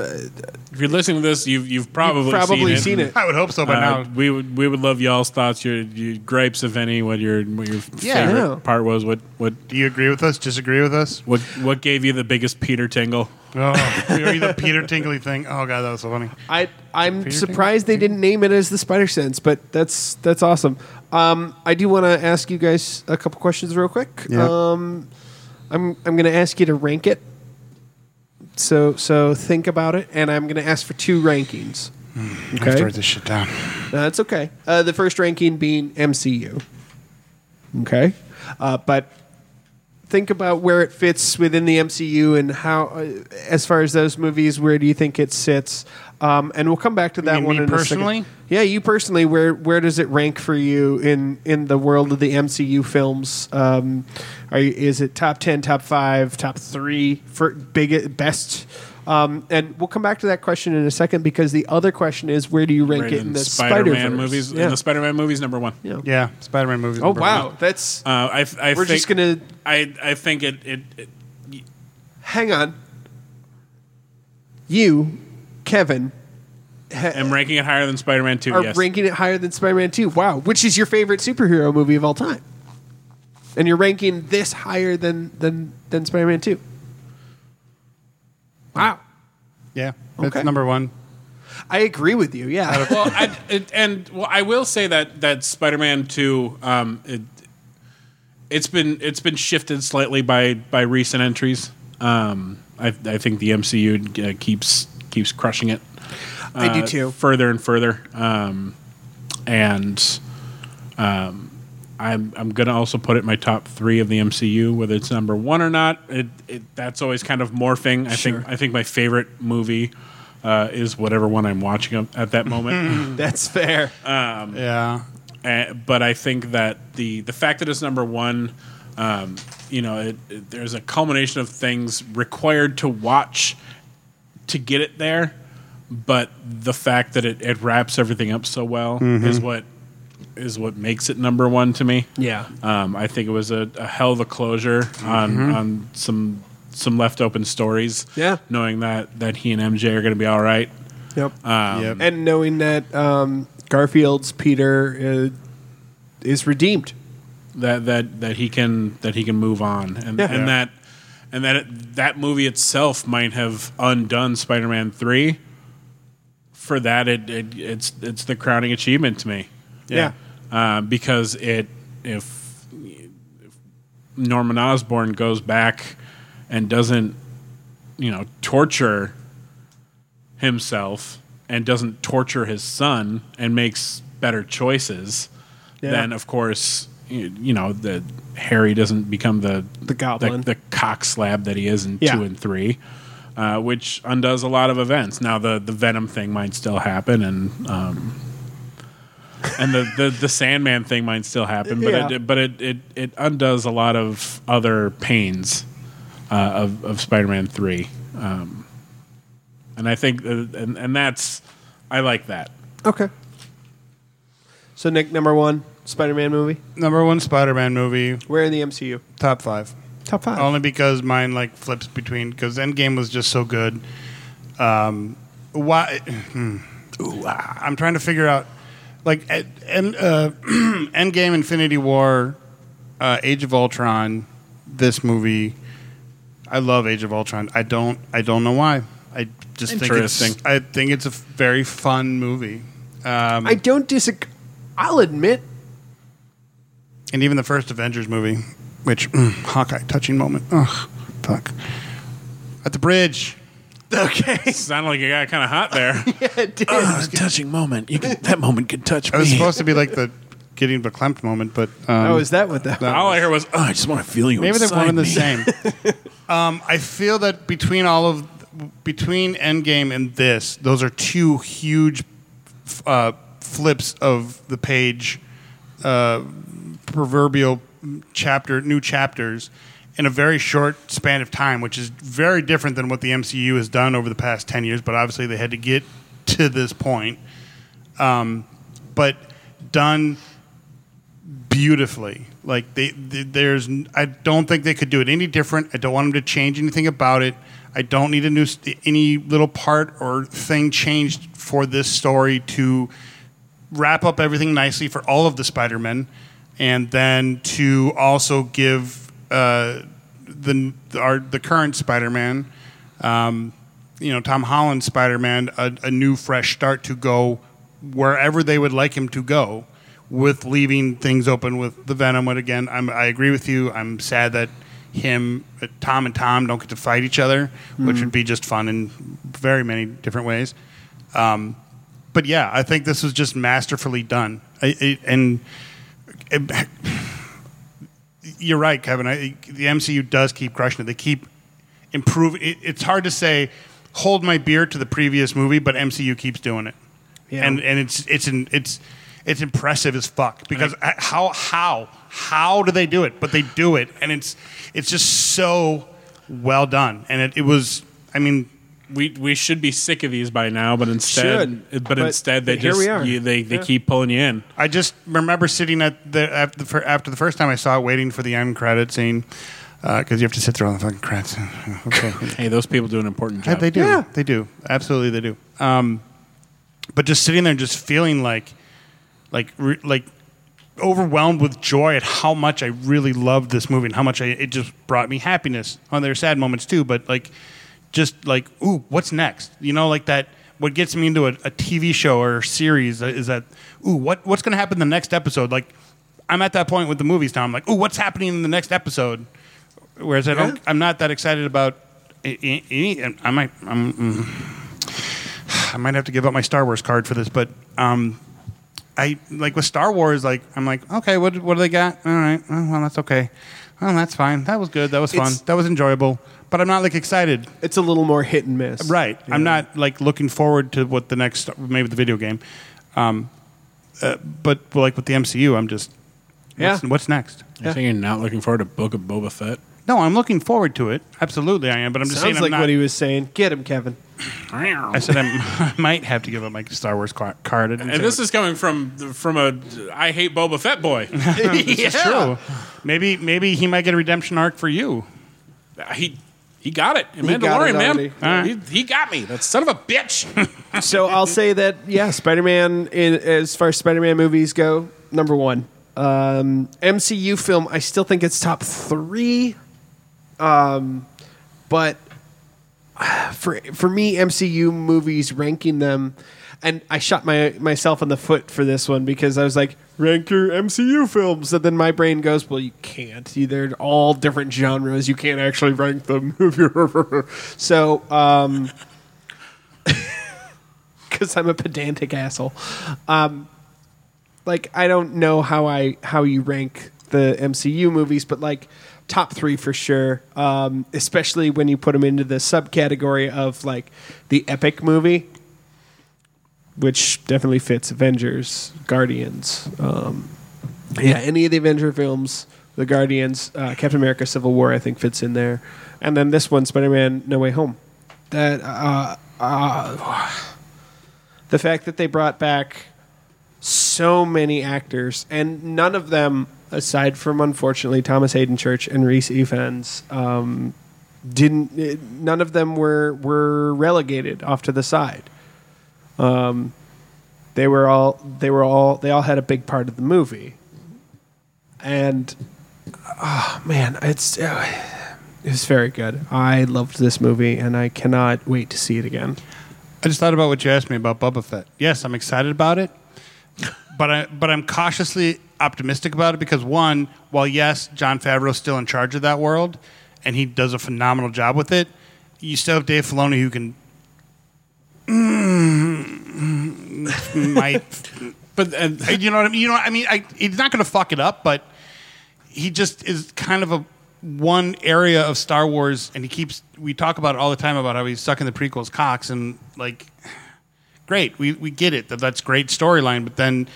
S3: If you're listening to this, you've you've probably,
S1: probably seen it.
S4: I would hope so by
S3: Uh,
S4: now.
S3: we would we would love y'all's thoughts, your, your gripes, if any, what your what your
S4: Yeah.
S3: favorite
S1: Yeah.
S3: part was, what what
S4: Do you agree with us? Disagree with us?
S3: what what gave you the biggest Peter tingle?
S4: Oh, we were the Peter Tinkley thing. Oh, God, that was so funny.
S1: I I'm
S4: Peter
S1: surprised they didn't name it as the Spider Sense, but that's that's awesome. Um, I do want to ask you guys a couple questions real quick.
S5: Yeah.
S1: Um, I'm I'm going to ask you to rank it. So so think about it, and I'm going to ask for two rankings.
S4: I have to
S1: Okay,
S4: write this shit down.
S1: that's okay. Uh, the first ranking being MCU. Okay, uh, but think about where it fits within the MCU and how, uh, as far as those movies, where do you think it sits? Um, and we'll come back to that
S4: mean
S1: one in
S4: me
S1: a second.
S4: personally?
S1: Yeah, you personally, where where does it rank for you in in the world of the MCU films? Um, are you, is it top ten, top five, top three for big best? Um, and we'll come back to that question in a second because the other question is where do you rank it in the Spider-Verse?
S3: Spider-Man movies,
S1: Yeah.
S3: in the Spider-Man movies, number one.
S1: Yeah.
S4: Yeah, Spider Man movies.
S1: Oh
S4: number
S1: wow,
S4: one.
S1: that's
S3: Uh, I, I
S1: We're
S3: think,
S1: just gonna-
S3: I I think it it, it
S1: hang on. You, Kevin,
S3: am ranking it higher than Spider-Man two.
S1: are
S3: yes.
S1: ranking it higher than Spider-Man 2. Wow, which is your favorite superhero movie of all time? And you're ranking this higher than than than Spider-Man 2. Wow.
S4: Yeah, that's
S1: Okay.
S4: number one.
S1: I agree with you. Yeah.
S3: well, I, it, and well, I will say that that Spider-Man Two, um, it, it's been it's been shifted slightly by by recent entries. Um, I, I think the MCU uh, keeps keeps crushing it.
S1: I do
S3: uh,
S1: too.
S3: Further and further, um, and um, I'm I'm gonna also put it in my top three of the MCU, whether it's number one or not. It, it that's always kind of morphing. I
S1: Sure.
S3: think I think my favorite movie. Uh, is whatever one I'm watching at that moment.
S1: That's fair.
S4: Yeah.
S3: Uh, but I think that the the fact that it's number one, um, you know, it, it- there's a culmination of things required to watch to get it there. But the fact that it, it wraps everything up so well
S1: Mm-hmm.
S3: is what is what makes it number one to me.
S1: yeah.
S3: Um, I think it was a, a hell of a closure on on some some left open stories.
S1: Mm-hmm. Yeah.
S3: knowing that that he and MJ are going to be all right.
S1: Yep.
S4: yep.
S1: and knowing that um, Garfield's Peter uh, is redeemed.
S3: that that that he can that he can move on and
S1: Yeah.
S3: and that and that that movie itself might have undone Spider-Man 3 for that it, it it's it's the crowning achievement to me
S1: Yeah.
S3: uh, because it if, if Norman Osborn goes back and doesn't you know torture himself and doesn't torture his son and makes better choices,
S1: Yeah.
S3: then of course you, you know the Harry doesn't become the
S1: The goblin.
S3: the, the cock slab that he is in
S1: Yeah.
S3: two and three. Uh, which undoes a lot of events. Now the, the venom thing might still happen, and um, and the, the, the Sandman thing might still happen, but
S1: Yeah.
S3: it, but it, it, it undoes a lot of other pains uh, of of Spider Man three, um, and I think uh, and and that's I like that.
S1: Okay. So Nick, number one Spider-Man movie.
S4: Number one Spider Man movie,
S1: Where in the MCU?
S4: top five.
S1: Top five.
S4: Only because mine like flips between because Endgame was just so good. ah, Um, why? hmm. I'm trying to figure out like at, and, uh, Endgame, Infinity War, uh, Age of Ultron, this movie. I love Age of Ultron. I don't. I don't know why. I just think
S3: Interesting.
S4: it's. I think it's a f- very fun movie, Um,
S1: I don't disagree. I'll admit,
S4: and even the first Avengers movie, which mm, Hawkeye touching moment. Ugh, fuck. At the bridge.
S1: okay,
S3: Sounded like you got kind of hot there.
S1: yeah, it did.
S6: touching moment. You can, that moment could touch
S4: I was
S6: me.
S4: supposed to be like the getting beklempt moment, but um,
S1: oh, is that what that?
S3: All I hear was,
S6: Oh, I just want to feel you.
S4: Maybe they're
S6: inside
S4: one and the
S6: me.
S4: same. um, I feel that between all of between Endgame and this, those are two huge f- uh, flips of the page, uh, proverbial chapter, new chapters, in a very short span of time, which is very different than what the MCU has done over the past ten years. But obviously, they had to get to this point, um, but done beautifully. Like they, th there's, n- I don't think they could do it any different. I don't want them to change anything about it. I don't need a new st- any little part or thing changed for this story to wrap up everything nicely for all of the Spider Men, and then to also give uh, the our the current Spider Man, um, you know Tom Holland Spider Man, a, a new fresh start to go wherever they would like him to go, with leaving things open with the Venom. But again, I'm, I agree with you. I'm sad that him, uh, Tom, and Tom don't get to fight each other, which would be just fun in very many different ways but yeah, I think this was just masterfully done. I, I, and it- you're right, Kevin. I, the MCU does keep crushing it. They keep improving. It, it's hard to say hold my beer to the previous movie, but MCU keeps doing it.
S1: Yeah.
S4: And and it's it's in, it's it's impressive as fuck because I- how how how do they do it? But they do it, and it's it's just so well done. And it, it was, I mean,
S3: we we should be sick of these by now, but instead,
S1: Should,
S3: but,
S1: but
S3: instead they
S1: here
S3: just
S1: we are.
S3: You, they they
S1: Yeah.
S3: keep pulling you in.
S4: I just remember sitting at the after the, fir- after the first time I saw it, waiting for the end credit scene because you have to sit through all the fucking credits. okay,
S3: Hey, those people do an important
S4: yeah,
S3: job.
S4: they do.
S1: Yeah.
S4: They do. Absolutely, they do. Um, but just sitting there, and just feeling like, like, re- like overwhelmed with joy at how much I really loved this movie and how much I, it just brought me happiness. On there are sad moments too, but like, just like, ooh, what's next? You know, like that. What gets me into a, a TV show or series is that, ooh, what what's going to happen in the next episode? Like, I'm at that point with the movies now. I'm like, ooh, what's happening in the next episode? Whereas I don't, I'm not that excited about a- a- any. I might, I'm, mm, I might have to give up my Star Wars card for this, but um, I like with Star Wars. Like, I'm like, okay, what what do they got? All right, oh, well, that's okay. Oh, that's fine. That was good. That was fun.
S1: It's-
S4: that was enjoyable. But I'm not like excited.
S1: It's a little more hit and miss,
S4: Right.
S1: Yeah.
S4: I'm not like looking forward to what the next, maybe the video game. Um, uh, but like with the MCU, I'm just, what's,
S1: Yeah.
S4: what's next?
S3: I think you're not looking forward to Book of Boba Fett.
S4: No, I'm looking forward to it. Absolutely, I am. But I'm just
S1: Sounds
S4: saying,
S1: like
S4: I'm
S1: what
S4: not.
S1: he was saying. Get him, Kevin.
S4: I said I'm, I might have to give up my Star Wars car- card. I didn't say
S3: And this
S4: it-
S3: is coming from from a I hate Boba Fett boy.
S4: It's true. Maybe maybe he might get a redemption arc for you.
S3: he he got it in
S1: He got
S3: Mandalorian,
S1: it already.
S3: man. He, he got me. That son of a bitch.
S1: so I'll say that yeah, Spider-Man in, as far as Spider-Man movies go, number one. Um, MCU film, I still think it's top three, um, but ah, for for me, MCU movies ranking them, and I shot my myself in the foot for this one because I was like, rank your MCU films, and then my brain goes, well, you can't. You- They're all different genres. You can't actually rank them. so. Um, because I'm a pedantic asshole. Um, like I don't know how I how you rank the MCU movies, but like top three for sure. Um, especially when you put them into the subcategory of like the epic movie, which definitely fits Avengers, Guardians. Um, yeah, any of the Avenger films, the Guardians, uh, Captain America: Civil War, I think fits in there, and then this one, Spider-Man: No Way Home. That uh, the fact that they brought back so many actors and none of them aside from unfortunately thomas hayden church and reese evans um, didn't eh, none of them were were relegated off to the side um, They were all they were all they all had a big part of the movie. And oh man, it's uh, it's very good. I loved this movie and I cannot wait to see it again.
S4: I just thought about what you asked me about Boba Fett. Yes, I'm excited about it, but I but I'm cautiously optimistic about it because one, while yes, John Favreau's still in charge of that world, and he does a phenomenal job with it, you still have Dave Filoni who can. might
S3: But uh,
S4: you know what I mean? You know, I mean, I, he's not going to fuck it up, but he just is kind of a one area of Star Wars, and he keeps. We talk about it all the time about how he's sucking the prequels cocks, and like, great, we we get it that that's great storyline, but then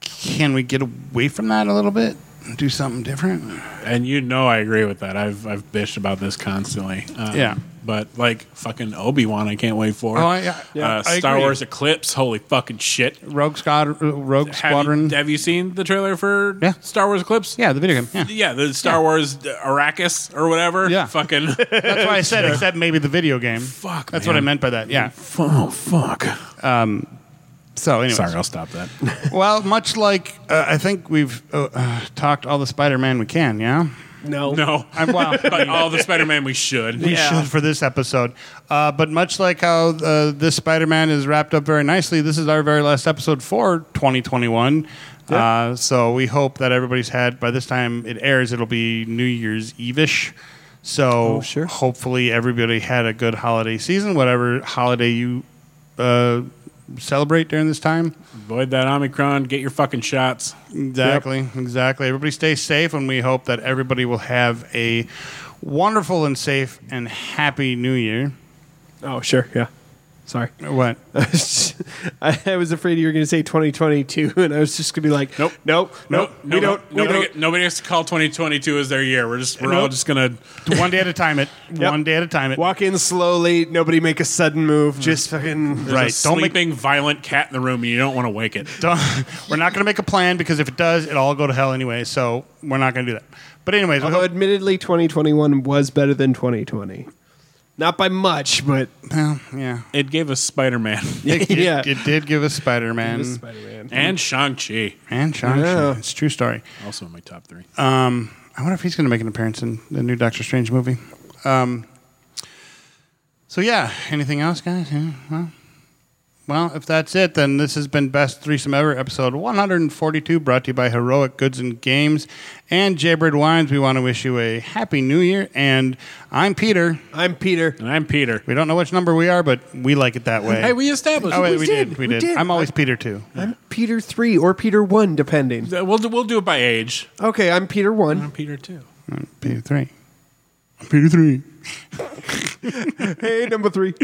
S4: can we get away from that a little bit and do something different?
S3: and you know I agree with that. I've I've bitched about this constantly. Um,
S4: Yeah.
S3: But like fucking Obi Wan, I can't wait for.
S4: Oh, I- I- yeah,
S3: uh,
S4: I
S3: Star
S4: agree.
S3: Wars Eclipse, holy fucking shit!
S4: Rogue Squad, uh, Rogue
S3: Have
S4: Squadron.
S3: You, have you seen the trailer for
S4: Yeah.
S3: Star Wars Eclipse?
S4: yeah, the video game. Yeah.
S3: Yeah, the Star Wars uh, Arrakis or whatever.
S4: Yeah.
S3: Fucking
S4: That's why I said, except maybe the video game.
S3: Fuck,
S4: That's
S3: man.
S4: what I meant by that. Yeah.
S6: F- Oh, fuck.
S4: So, anyway.
S3: Sorry, I'll stop that.
S4: Well, much like uh, I think we've uh, uh, talked all the Spider-Man we can, yeah.
S1: No.
S3: No.
S4: I'm wow.
S3: but all the Spider Man we should.
S4: We should for this episode, uh, but much like how uh, this Spider-Man is wrapped up very nicely, this is our very last episode for 2021. Uh, so we hope that everybody's had by this time it airs. It'll be New Year's Eve-ish. So
S1: sure.
S4: hopefully everybody had a good holiday season, whatever holiday you uh, celebrate during this time.
S3: Avoid that Omicron. Get your fucking shots.
S4: Exactly. Exactly. Everybody stay safe, and we hope that everybody will have a wonderful and safe and happy new year.
S1: Oh, sure. Yeah. Sorry.
S4: What?
S1: I, I was afraid you were going to say 2022, and I was just going to be like,
S3: Nope.
S1: nope, nope. we
S3: Nobody-
S1: don't. We
S3: Nobody,
S1: don't.
S3: get- nobody has to call 2022 as their year. We're just. We're all
S1: Nope.
S3: just gonna.
S4: One day at a time. It. One day at a time. It.
S1: Walk in slowly. Nobody make a sudden move. Just fucking
S3: There's
S4: Right.
S3: A
S4: Don't make-
S3: sleeping violent cat in the room, and you don't want to wake it.
S4: Don't- we're not going to make a plan because if it does, it'll all go to hell anyway. So we're not going to do that. But anyways, we
S1: Although,
S4: hope-
S1: admittedly, 2021 was better than 2020. Not by much, but
S4: well, yeah.
S3: It gave us Spider Man
S4: It, it-
S1: Yeah.
S4: it did give us Spider-Man
S1: Mm. Spider-Man.
S3: and Shang Chi.
S4: and Shang-Chi.
S1: Yeah.
S4: It's a true story.
S3: Also in my top three.
S4: Um, I wonder if he's going to make an appearance in the new Doctor Strange movie. Um, so yeah, anything else, guys? Yeah, well, well, if that's it, then this has been Best Threesome Ever, episode 142, brought to you by Heroic Goods and Games and Jaybird Wines. We want to wish you a happy New Year, and I'm Peter.
S1: I'm Peter.
S3: and I'm Peter.
S4: We don't know which number we are, but we like it that way.
S3: Hey, we established.
S4: oh, wait, we,
S1: we
S4: did.
S1: did,
S4: We,
S1: we
S4: did.
S1: did.
S4: I'm always Peter too.
S1: I'm Peter three or Peter one, depending.
S3: Uh, we'll do, we'll do it by age.
S1: Okay, I'm Peter one.
S3: Peter too.
S4: Peter three. I'm Peter three.
S1: hey, number three.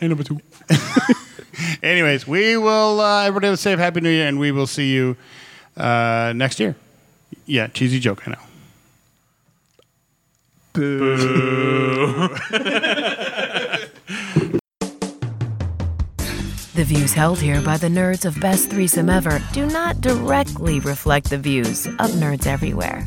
S3: And number two.
S4: Anyways, we will. Uh, everybody have a safe Happy New Year, and we will see you uh, next year. Yeah, cheesy joke. I know.
S2: The views held here by the nerds of Best Threesome Ever do not directly reflect the views of nerds everywhere.